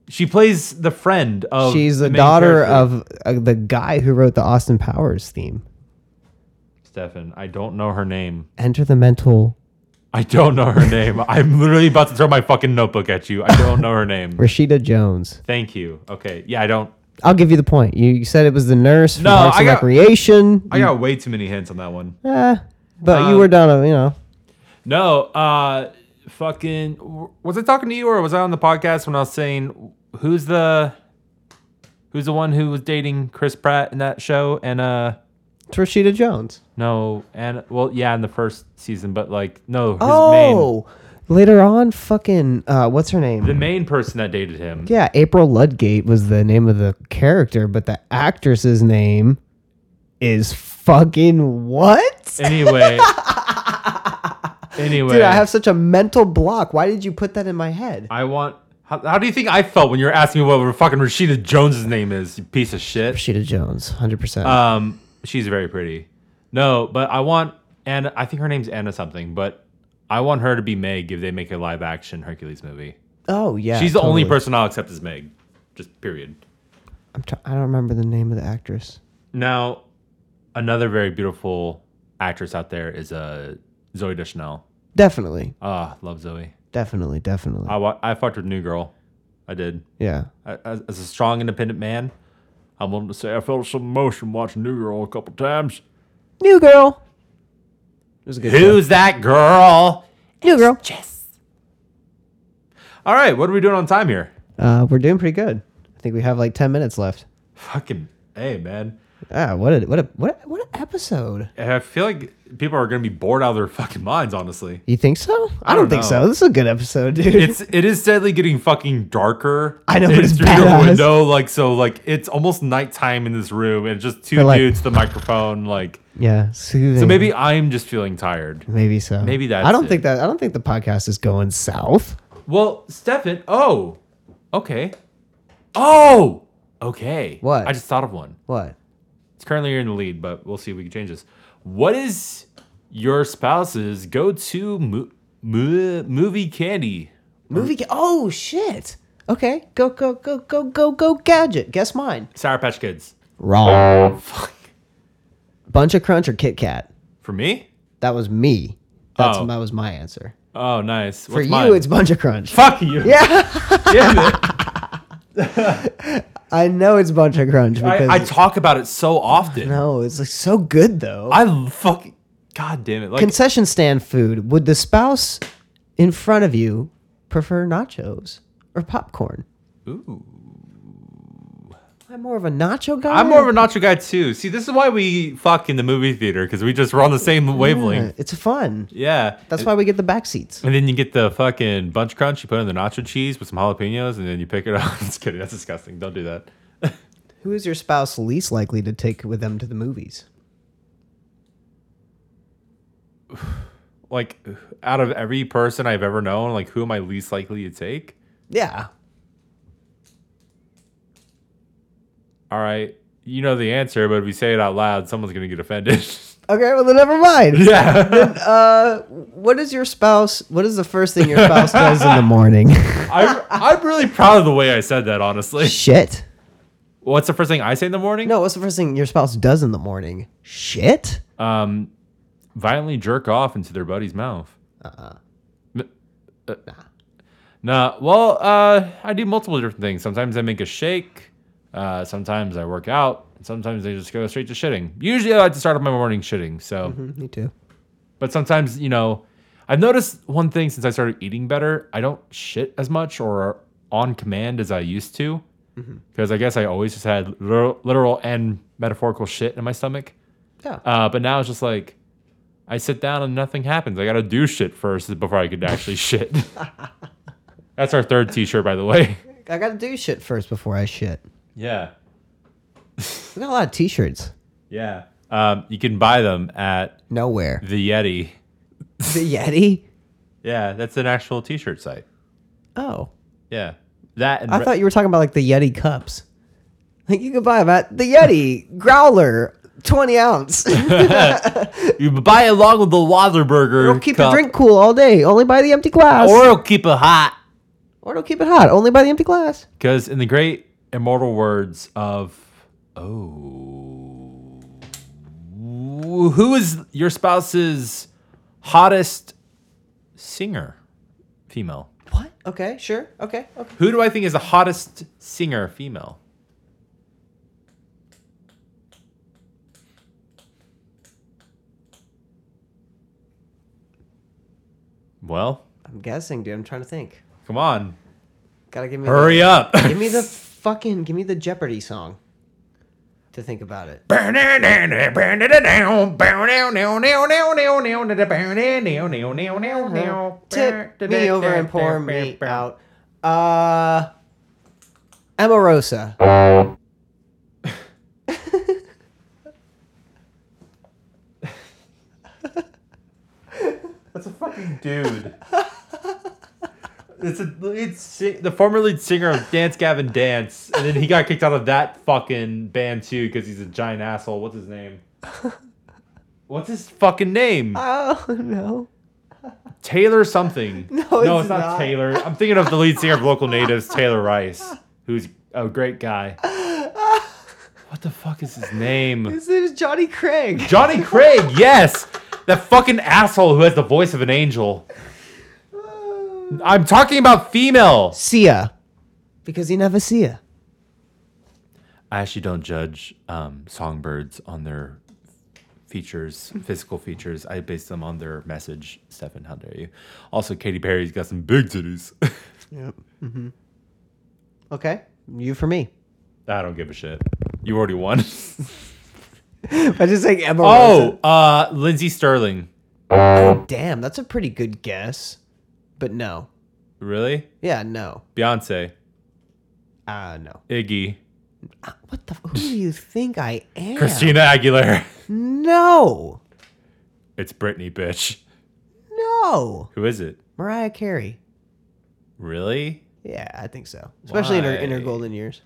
Speaker 2: She plays the friend of.
Speaker 1: She's the
Speaker 2: Oh, main
Speaker 1: daughter
Speaker 2: character.
Speaker 1: of uh, the guy who wrote the Austin Powers theme.
Speaker 2: Stefan. I don't know her name.
Speaker 1: Enter the mental
Speaker 2: I don't know her name. I'm literally about to throw my fucking notebook at you. I don't know her name.
Speaker 1: Rashida Jones.
Speaker 2: Thank you. Okay. Yeah, I don't.
Speaker 1: I'll give you the point. You, you said it was the nurse from
Speaker 2: No,
Speaker 1: Parks
Speaker 2: I
Speaker 1: and
Speaker 2: got-
Speaker 1: Recreation.
Speaker 2: I got way too many hints on that one.
Speaker 1: Eh, but you
Speaker 2: Um,
Speaker 1: were down. A, you know,
Speaker 2: No, uh, fucking. Was I talking to you or was I on the podcast when I was saying who's the who's the one who was dating Chris Pratt in that show and uh
Speaker 1: it's Rashida Jones.
Speaker 2: no and well yeah in the first season but like no his
Speaker 1: Oh, later on, fucking uh, what's her name?
Speaker 2: main the main person that dated him
Speaker 1: yeah, April Ludgate was the name of the character, but the actress's name is fucking what?
Speaker 2: anyway anyway
Speaker 1: Dude, I have such a mental block. Why did you put that in my head?
Speaker 2: I want. How, how do you think I felt when you were asking me what fucking Rashida Jones's name is? You piece of shit.
Speaker 1: Rashida Jones, hundred percent.
Speaker 2: Um, she's very pretty. No, but I want Anna. I think her name's Anna something, but I want her to be Meg if they make a live action Hercules movie.
Speaker 1: Oh yeah,
Speaker 2: she's the only
Speaker 1: totally.
Speaker 2: person I'll accept as Meg. Just period.
Speaker 1: I'm try- I don't remember the name of the actress.
Speaker 2: Now, another very beautiful actress out there is uh, Zoe Deschanel.
Speaker 1: Definitely,
Speaker 2: Ah, love Zoe.
Speaker 1: definitely, definitely.
Speaker 2: I wa- I fucked with New Girl. I did.
Speaker 1: yeah.
Speaker 2: as, as a strong, independent man, I'm willing to say I felt some emotion watching New Girl a couple times.
Speaker 1: New girl. It was a good show.
Speaker 2: Who's that girl?
Speaker 1: New girl.
Speaker 2: Jess. All right, what are we doing on time here?
Speaker 1: Uh, we're doing pretty good. I think we have like ten minutes left.
Speaker 2: Fucking hey, man.
Speaker 1: Ah, what a what a what a, what an episode.
Speaker 2: I feel like people are gonna be bored out of their fucking minds. Honestly,
Speaker 1: You think so? I,
Speaker 2: I
Speaker 1: don't,
Speaker 2: don't
Speaker 1: think so.
Speaker 2: know.
Speaker 1: This is a good episode, dude.
Speaker 2: it's it is steadily getting fucking darker.
Speaker 1: I know,
Speaker 2: And
Speaker 1: but it's
Speaker 2: through your
Speaker 1: badass.
Speaker 2: window, like so, like it's almost nighttime in this room, and just two
Speaker 1: They're like-
Speaker 2: dudes, the microphone, like.
Speaker 1: yeah, soothing.
Speaker 2: So maybe I'm just feeling tired.
Speaker 1: maybe so.
Speaker 2: maybe that's
Speaker 1: I don't
Speaker 2: it.
Speaker 1: think that I don't think the podcast is going south.
Speaker 2: Well, Stefan. Oh, okay. Oh, okay.
Speaker 1: What?
Speaker 2: I just thought of one.
Speaker 1: What?
Speaker 2: It's currently you're in the lead, but we'll see if we can change this. What is your spouse's go-to mo- mo- movie candy?
Speaker 1: Movie? Ca- oh shit. Okay, go go go go go go gadget. Guess mine.
Speaker 2: Sour Patch Kids.
Speaker 1: Wrong.
Speaker 2: Fuck.
Speaker 1: Bunch of Crunch or Kit Kat.
Speaker 2: For me?
Speaker 1: That was me. That's
Speaker 2: Oh.
Speaker 1: that was my answer.
Speaker 2: Oh, nice.
Speaker 1: For
Speaker 2: What's
Speaker 1: you,
Speaker 2: mine?
Speaker 1: it's Bunch of Crunch.
Speaker 2: fuck you.
Speaker 1: Yeah,
Speaker 2: Damn it.
Speaker 1: I know it's Bunch of Crunch because
Speaker 2: I, I talk about it so often.
Speaker 1: no, it's like so good though.
Speaker 2: I fucking. God damn it. Like
Speaker 1: Concession stand food. Would the spouse in front of you prefer nachos or popcorn? Ooh. I'm more of a nacho guy.
Speaker 2: I'm more of a nacho guy too. See, this is why we fuck in the movie theater because we just were on the same wavelength.
Speaker 1: Yeah, It's fun.
Speaker 2: Yeah.
Speaker 1: That's why we get the back seats.
Speaker 2: And then you get the fucking bunch crunch. You put in the nacho cheese with some jalapenos, and then you pick it up. Just kidding. That's disgusting. Don't do that.
Speaker 1: Who is your spouse least likely to take with them to the movies?
Speaker 2: Like, out of every person I've ever known, like, who am I least likely to take?
Speaker 1: Yeah.
Speaker 2: All right, you know the answer, but if you say it out loud, someone's gonna get offended.
Speaker 1: Okay, well then never mind.
Speaker 2: yeah,
Speaker 1: Uh, what is your spouse? What is the first thing your spouse does in the morning?
Speaker 2: I, I'm really proud of the way I said that. Honestly,
Speaker 1: Shit.
Speaker 2: what's the first thing I say in the morning?
Speaker 1: No, what's the first thing your spouse does in the morning? Shit.
Speaker 2: Um, violently jerk off into their buddy's mouth. M- Uh Nah. Well, uh, I do multiple different things. Sometimes I make a shake. Uh, sometimes I work out. and Sometimes I just go straight to shitting. Usually I like to start off my morning shitting. So,
Speaker 1: Mm-hmm, Me too.
Speaker 2: but sometimes you know, I've noticed one thing since I started eating better. I don't shit as much or on command as I used to, because I guess I always just had literal, literal and metaphorical shit in my stomach.
Speaker 1: Yeah.
Speaker 2: Uh, but now it's just like I sit down and nothing happens. I gotta do shit first before I could actually shit. That's our third T-shirt, by the way.
Speaker 1: I gotta do shit first before I shit.
Speaker 2: Yeah,
Speaker 1: We got a lot of t-shirts.
Speaker 2: yeah. Um, you can buy them at
Speaker 1: Nowhere.
Speaker 2: the Yeti.
Speaker 1: The Yeti?
Speaker 2: Yeah, that's an actual T-shirt site.
Speaker 1: Oh.
Speaker 2: Yeah, that. And
Speaker 1: I thought you were talking about like the Yeti cups. Like you could buy them at the Yeti, Growler, 20 ounce.
Speaker 2: You buy along with the Whataburger.
Speaker 1: It'll keep
Speaker 2: cup,
Speaker 1: your drink cool all day. Only by the empty glass.
Speaker 2: Or
Speaker 1: Or,
Speaker 2: it'll keep it hot.
Speaker 1: or don't keep it hot. Only by the empty glass.
Speaker 2: Because in the great immortal words of oh, who is your spouse's hottest singer, female?
Speaker 1: What? Okay, sure. Okay, okay.
Speaker 2: Who do I think is the hottest singer, female? Well,
Speaker 1: I'm guessing, dude. I'm trying to think.
Speaker 2: come on,
Speaker 1: Gotta give me
Speaker 2: hurry up.
Speaker 1: Give me the fucking give me the Jeopardy song to think about it. Tip me over and pour me out. Uh Amorosa.
Speaker 2: That's a fucking dude. It's a lead si- the former lead singer of Dance Gavin Dance, and then he got kicked out of that fucking band too because he's a giant asshole. What's his name? What's his fucking name?
Speaker 1: Oh no.
Speaker 2: Taylor something.
Speaker 1: No,
Speaker 2: no,
Speaker 1: it's
Speaker 2: it's not,
Speaker 1: not.
Speaker 2: Taylor. I'm thinking of the lead singer of Local Natives, Taylor Rice, who's a great guy. What the fuck is his name?
Speaker 1: His name is Johnny Craig.
Speaker 2: Johnny Craig. Yes, that fucking asshole who has the voice of an angel. I'm talking about female.
Speaker 1: Sia. Because you never see her.
Speaker 2: I actually don't judge um, songbirds on their features, physical features. I base them on their message. Stefan, how dare you? Also, Katy Perry's got some big titties.
Speaker 1: Yep. Mm-hmm. Okay. You for me.
Speaker 2: I don't give a shit. You already won.
Speaker 1: I just think Emma
Speaker 2: oh, uh, Lindsay Sterling.
Speaker 1: damn, that's a pretty good guess. But no.
Speaker 2: Really?
Speaker 1: Yeah, no.
Speaker 2: Beyonce.
Speaker 1: Uh no. Uh,
Speaker 2: Iggy.
Speaker 1: What the who do you think I am?
Speaker 2: Christina Aguilera.
Speaker 1: No.
Speaker 2: It's Britney, bitch.
Speaker 1: No.
Speaker 2: Who is it?
Speaker 1: Mariah Carey.
Speaker 2: Really?
Speaker 1: Yeah, I think so. Especially in her in her
Speaker 2: Why?
Speaker 1: golden years.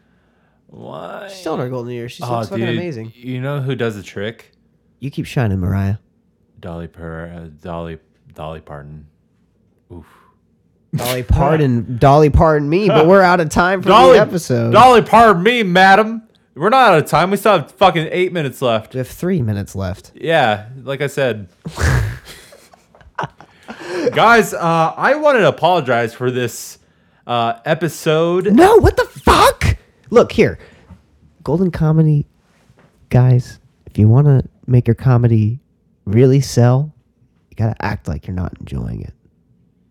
Speaker 2: Why?
Speaker 1: She's still in her golden years. She's
Speaker 2: Ah,
Speaker 1: looks fucking amazing.
Speaker 2: You know who does the trick?
Speaker 1: You keep shining, Mariah.
Speaker 2: Dolly Per uh, Dolly Dolly Parton.
Speaker 1: Dolly pardon Dolly pardon me, but we're out of time for
Speaker 2: Dolly
Speaker 1: the episode.
Speaker 2: Dolly, pardon me, madam. We're not out of time. We still have fucking eight minutes left.
Speaker 1: We have three minutes left.
Speaker 2: Yeah, like I said. Guys, uh, I wanted to apologize for this uh, episode.
Speaker 1: No, what the fuck? Look here. Golden comedy guys, if you wanna make your comedy really sell, you gotta act like you're not enjoying it.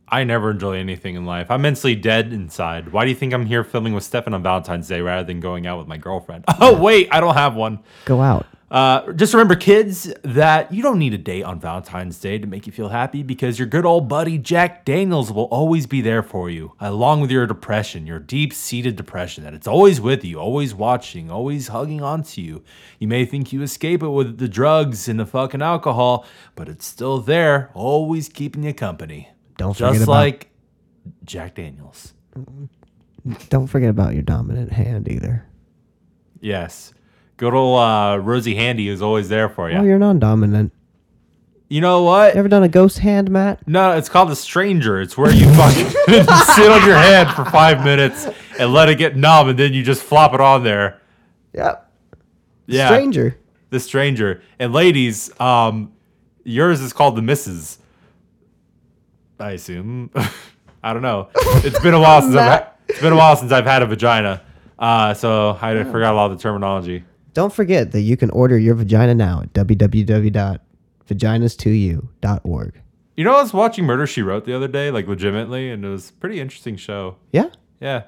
Speaker 2: I never enjoy anything in life. I'm mentally dead inside. Why do you think I'm here filming with Stefan on Valentine's Day rather than going out with my girlfriend? Oh, wait, I don't have one.
Speaker 1: Go out.
Speaker 2: Uh, just remember, kids, that you don't need a date on Valentine's Day to make you feel happy because your good old buddy Jack Daniels will always be there for you, along with your depression, your deep seated depression that it's always with you, always watching, always hugging onto you. You may think you escape it with the drugs and the fucking alcohol, but it's still there, always keeping you company.
Speaker 1: Don't forget
Speaker 2: Just
Speaker 1: about-
Speaker 2: like Jack Daniels.
Speaker 1: Don't forget about your dominant hand either.
Speaker 2: Yes. Good old uh, Rosie Handy is always there for
Speaker 1: Oh,
Speaker 2: you.
Speaker 1: you're non dominant.
Speaker 2: You know what?
Speaker 1: Ever done a ghost hand, Matt?
Speaker 2: No, it's called the stranger. It's where you fucking sit on your head for five minutes and let it get numb, and then you just flop it on there.
Speaker 1: Yep.
Speaker 2: Yeah,
Speaker 1: Stranger.
Speaker 2: the stranger. And ladies, um, yours is called the missus. I assume. I don't know. It's been a while since I've ha-
Speaker 1: Matt.
Speaker 2: it's been a while since I've had a vagina, uh, so I forgot a lot of the terminology.
Speaker 1: Don't forget that you can order your vagina now at www.vaginas2u.org.
Speaker 2: You know, I was watching Murder She Wrote the other day, like legitimately, and it was a pretty interesting show.
Speaker 1: Yeah?
Speaker 2: Yeah.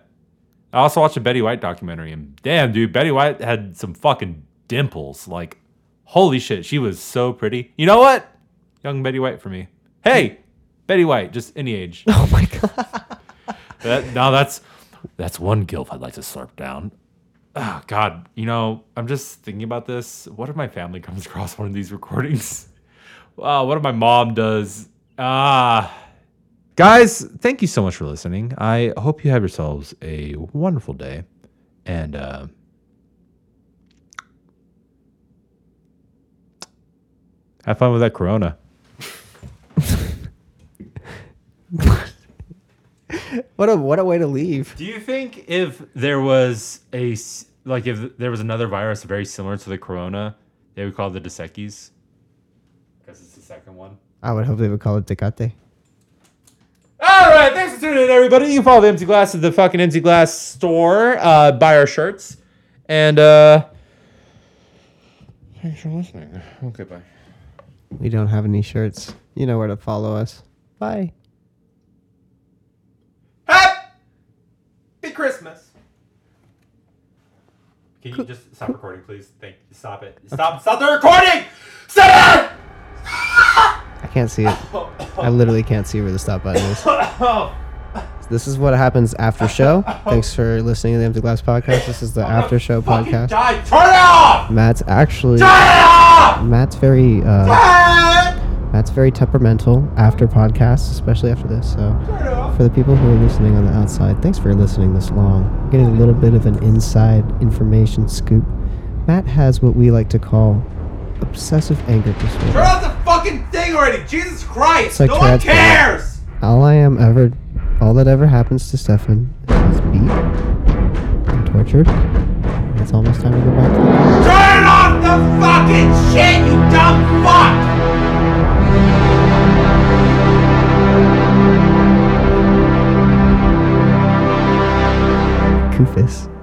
Speaker 2: I also watched a Betty White documentary, and damn, dude, Betty White had some fucking dimples. Like, holy shit, she was so pretty. You know what? Young Betty White for me. Hey, Betty White, just any age.
Speaker 1: Oh my God.
Speaker 2: That, now that's that's one gilf I'd like to slurp down. Oh, God, you know, I'm just thinking about this. What if my family comes across one of these recordings? Wow, what if my mom does? Ah. Guys, thank you so much for listening. I hope you have yourselves a wonderful day. And uh, Have fun with that Corona.
Speaker 1: What a what a way to leave.
Speaker 2: Do you think if there was a s- like if there was another virus very similar to the Corona, they would call it the Desekis? Because it's the second one.
Speaker 1: I would hope they would call it Tecate.
Speaker 2: All right, thanks for tuning in, everybody. You can follow the Empty Glass at the fucking Empty Glass store. Uh, buy our shirts, and uh, thanks for listening. Okay, bye.
Speaker 1: We don't have any shirts. You know where to follow us. Bye.
Speaker 2: Happy Christmas. Can you just stop recording, please? Thank you. Stop it. Stop. Stop the recording. Stop it.
Speaker 1: I can't see it. I literally can't see where the stop button is. This is what happens after show. Thanks for listening to the Empty Glass Podcast. This is the after show
Speaker 2: Fucking
Speaker 1: podcast.
Speaker 2: Die. Turn it off.
Speaker 1: Matt's actually
Speaker 2: Turn it off.
Speaker 1: Matt's very uh,
Speaker 2: Ah!
Speaker 1: Matt's very temperamental after podcasts, especially after this. So
Speaker 2: Turn it off.
Speaker 1: for the people who are listening on the outside, thanks for listening this long. Getting a little bit of an inside information scoop. Matt has what we like to call obsessive anger
Speaker 2: Turn
Speaker 1: disorder.
Speaker 2: off the fucking thing already. Jesus Christ.
Speaker 1: It's like
Speaker 2: no one
Speaker 1: Tourette's.
Speaker 2: cares.
Speaker 1: All I am ever, all that ever happens to Stefan is beat and tortured. And It's almost time to go back to the
Speaker 2: Turn off the fucking shit, you dumb fuck!
Speaker 1: Kufis.